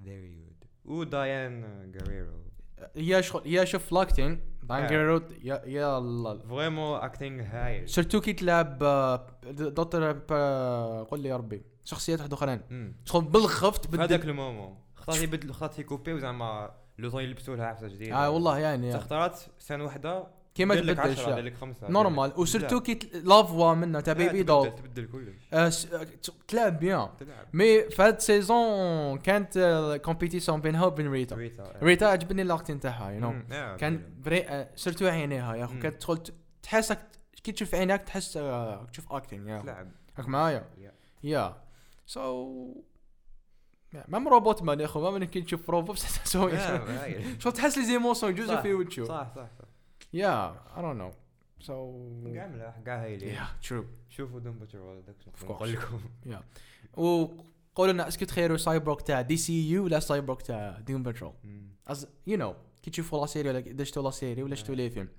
Speaker 2: فيري جود ودايان غاريرو
Speaker 1: يا شغل يا شوف لاكتين
Speaker 2: آه.
Speaker 1: دانجر رود يا يا الله
Speaker 2: فريمون اكتينغ هايل
Speaker 1: سيرتو كي تلعب آه، دكتور آه، قول لي يا ربي شخصيات واحد اخرين
Speaker 2: أمم.
Speaker 1: شغل بالخف
Speaker 2: في هذاك
Speaker 1: تبدل
Speaker 2: المومون خطات يبدل خطات يكوبي وزعما لو طون يلبسوا لها عفسه جديده
Speaker 1: اه والله يعني
Speaker 2: بصح
Speaker 1: يعني.
Speaker 2: خطرات سنه واحده
Speaker 1: كيما
Speaker 2: دير لك
Speaker 1: تبدلش
Speaker 2: 10 دير
Speaker 1: يا.
Speaker 2: لك خمسه
Speaker 1: نورمال وسيرتو كي تل- لافوا منه تاع بيبي دول
Speaker 2: تبدل كلش
Speaker 1: آه، س- آه، ت- تلعب بيان
Speaker 2: تلعب
Speaker 1: مي في هاد سيزون كانت آه، كومبيتيسيون بينها وبين ريتا
Speaker 2: تويتا
Speaker 1: ريتا عجبني لاكتين تاعها يو نو كان بري آه، سيرتو عينيها يا اخو
Speaker 2: مم.
Speaker 1: كانت تدخل ت- تحسك كي تشوف عينك تحس آه، تشوف اكتين يا أخو.
Speaker 2: تلعب
Speaker 1: راك معايا
Speaker 2: Yeah.
Speaker 1: يا سو مام روبوت مان يا اخو ما من كي نشوف روبوت بصح تسوي شو تحس لي زيموسيون يجوزو
Speaker 2: صح.
Speaker 1: في وجهه
Speaker 2: صح صح صح
Speaker 1: يا اي دونت نو سو
Speaker 2: كاع ملاح كاع هايلين
Speaker 1: يا ترو
Speaker 2: شوفوا دوم باترول هذاك شنو
Speaker 1: Of course.
Speaker 2: نقول لكم
Speaker 1: وقولوا لنا اسكو تخيروا سايبروك تاع دي سي يو ولا سايبروك تاع ديم باترول
Speaker 2: مم.
Speaker 1: از يو نو كي تشوفوا لا سيري ولا كي- اذا شفتوا لا سيري ولا شفتوا لي فيلم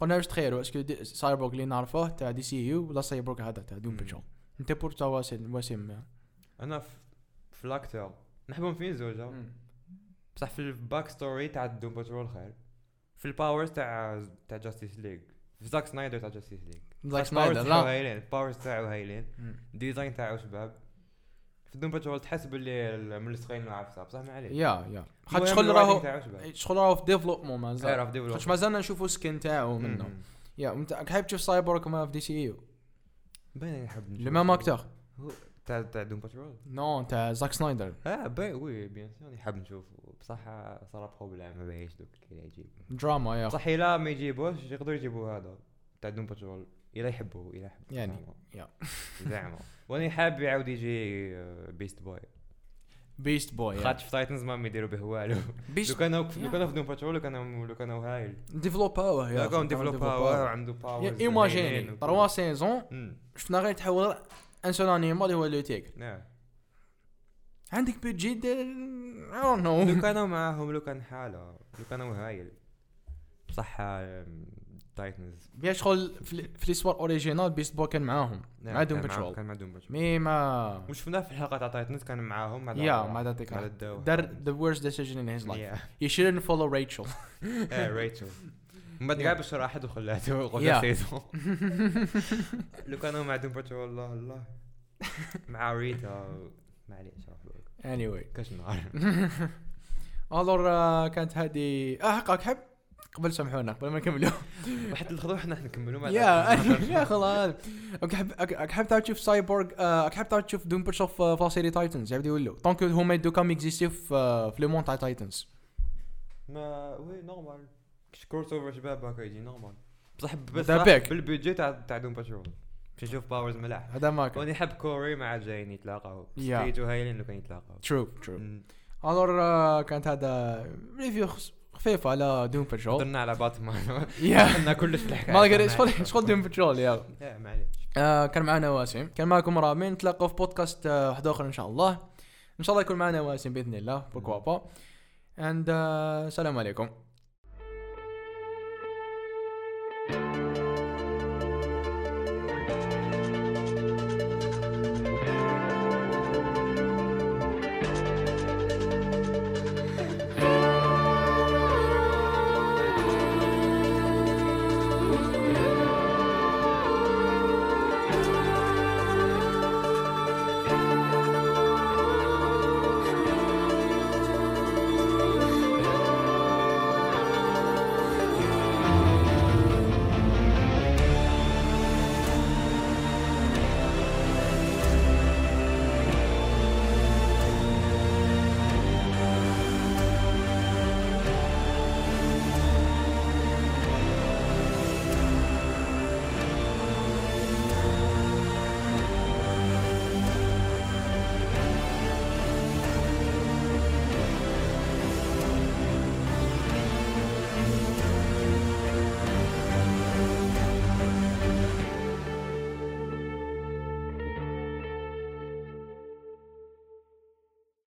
Speaker 1: قلنا واش تخيلوا اسكو دي- سايبورغ اللي نعرفوه تاع دي سي يو ولا سايبورغ هذا تاع دوم
Speaker 2: مم.
Speaker 1: باترول انت بور تاع واسم واسم
Speaker 2: انا في, في الاكتور نحبهم فين زوجة بصح في الباك ستوري تاع دوم باترول خير في الباورز تاع تاع جاستيس ليج في زاك سنايدر تاع جاستيس ليج
Speaker 1: بلاك سنايدر لا
Speaker 2: هايلين الباورز تاعو هايلين
Speaker 1: مم.
Speaker 2: الديزاين تاعو شباب في دوم باترول تحس باللي ال- من الصغير عارفها بصح ما عليه
Speaker 1: يا يا
Speaker 2: المهم
Speaker 1: خاطر شغل
Speaker 2: الرايتنج
Speaker 1: راهو
Speaker 2: تاعو شباب
Speaker 1: شغل راهو إيه، في ديفلوبمون مازال
Speaker 2: غير في ديفلوب
Speaker 1: خاطر مازلنا نشوفوا سكين تاعو منه يا انت حاب تشوف سايبورغ ما في دي سي يو
Speaker 2: باين نحب
Speaker 1: لو ميم اكتور
Speaker 2: هو تاع تاع دوم باترول
Speaker 1: نو تاع زاك سنايدر
Speaker 2: اه باين وي بيان سور نحب نشوفه بصح آه، صرا بروبليم ما باينش دوك كي لا يجيب
Speaker 1: دراما يا
Speaker 2: بصح الا ما يجيبوش يقدروا يجيبوا هذا تاع دوم باترول الا يحبوه الا يحبوه
Speaker 1: يعني،
Speaker 2: زعما.
Speaker 1: يا.
Speaker 2: زعما واني حاب يعاود يجي آه، بيست بوي
Speaker 1: بيست بوي
Speaker 2: خاطر في تايتنز ما يديروا به والو لو
Speaker 1: بيست
Speaker 2: كان هو- لو
Speaker 1: يا.
Speaker 2: كان في دوم باترول لو كان لو كان هو هايل
Speaker 1: ديفلوباوه يا
Speaker 2: لو كان ديفلوبر عنده باور
Speaker 1: ايماجيني تروا سيزون
Speaker 2: امم
Speaker 1: شفنا غير تحول ان سول انيمال اللي هو لو تيك
Speaker 2: نعم
Speaker 1: عندك بيجي دير اي دونت
Speaker 2: لو
Speaker 1: نو
Speaker 2: كانوا معاهم لو كان حاله لو كانوا هايل بصح تايتنز
Speaker 1: بيا شغل في ال- في الاسوار اوريجينال بيست بوي كان معاهم مع دوم باترول
Speaker 2: نعم، كان مع دوم باترول
Speaker 1: مي ما
Speaker 2: وشفناه في الحلقه تاع تايتنز كان معاهم مع
Speaker 1: يا
Speaker 2: دعوة.
Speaker 1: ما داتك
Speaker 2: مع الدواء
Speaker 1: دار ذا worst decision in his life
Speaker 2: Yeah.
Speaker 1: you shouldn't follow Rachel
Speaker 2: اه ريتشل من بعد
Speaker 1: Yeah.
Speaker 2: جاب الشراحات وخلاته
Speaker 1: Yeah.
Speaker 2: قبل سيزون لو كانوا مع دوم باترول الله الله مع ريتا معليش راح نقول
Speaker 1: anyway
Speaker 2: كاش نهار
Speaker 1: الور آه، كانت هذه اه حقك حب قبل سامحونا قبل ما نكملوا
Speaker 2: واحد الخضوع حنا نكملوا مع
Speaker 1: يا يا خلاص أك حب أك- أك حب تعاود تشوف سايبورغ آه، أك حب تعاود تشوف دوم بيرسون في في سيري تايتنز يبدو يولو طونك هما يدو كام اكزيستي في آه، في لو مون تاع تايتنز
Speaker 2: ما وي نورمال كروس اوفر شباب هكا يجي نورمال بصح
Speaker 1: هذا
Speaker 2: بصح
Speaker 1: باك.
Speaker 2: بالبيجي تاع تاع دوم باترول باش نشوف باورز ملاح
Speaker 1: هذا ما كان
Speaker 2: كوني حاب كوري مع جايين يتلاقاو
Speaker 1: Yeah.
Speaker 2: يجوا هايلين لو كان يتلاقاو
Speaker 1: ترو ترو
Speaker 2: مم.
Speaker 1: الور آه، كانت هذا ريفيو خس- خفيف على دوم بيرسون
Speaker 2: درنا على باتمان
Speaker 1: يا
Speaker 2: درنا كلش في الحكايه
Speaker 1: ما شغل شغل دوم بترول يا
Speaker 2: لا معليش
Speaker 1: آه، كان معنا واسم كان معكم رامين نتلاقوا في بودكاست آه، واحد اخر ان شاء الله ان شاء الله يكون معنا واسم باذن الله بوكوا با اند آه، السلام عليكم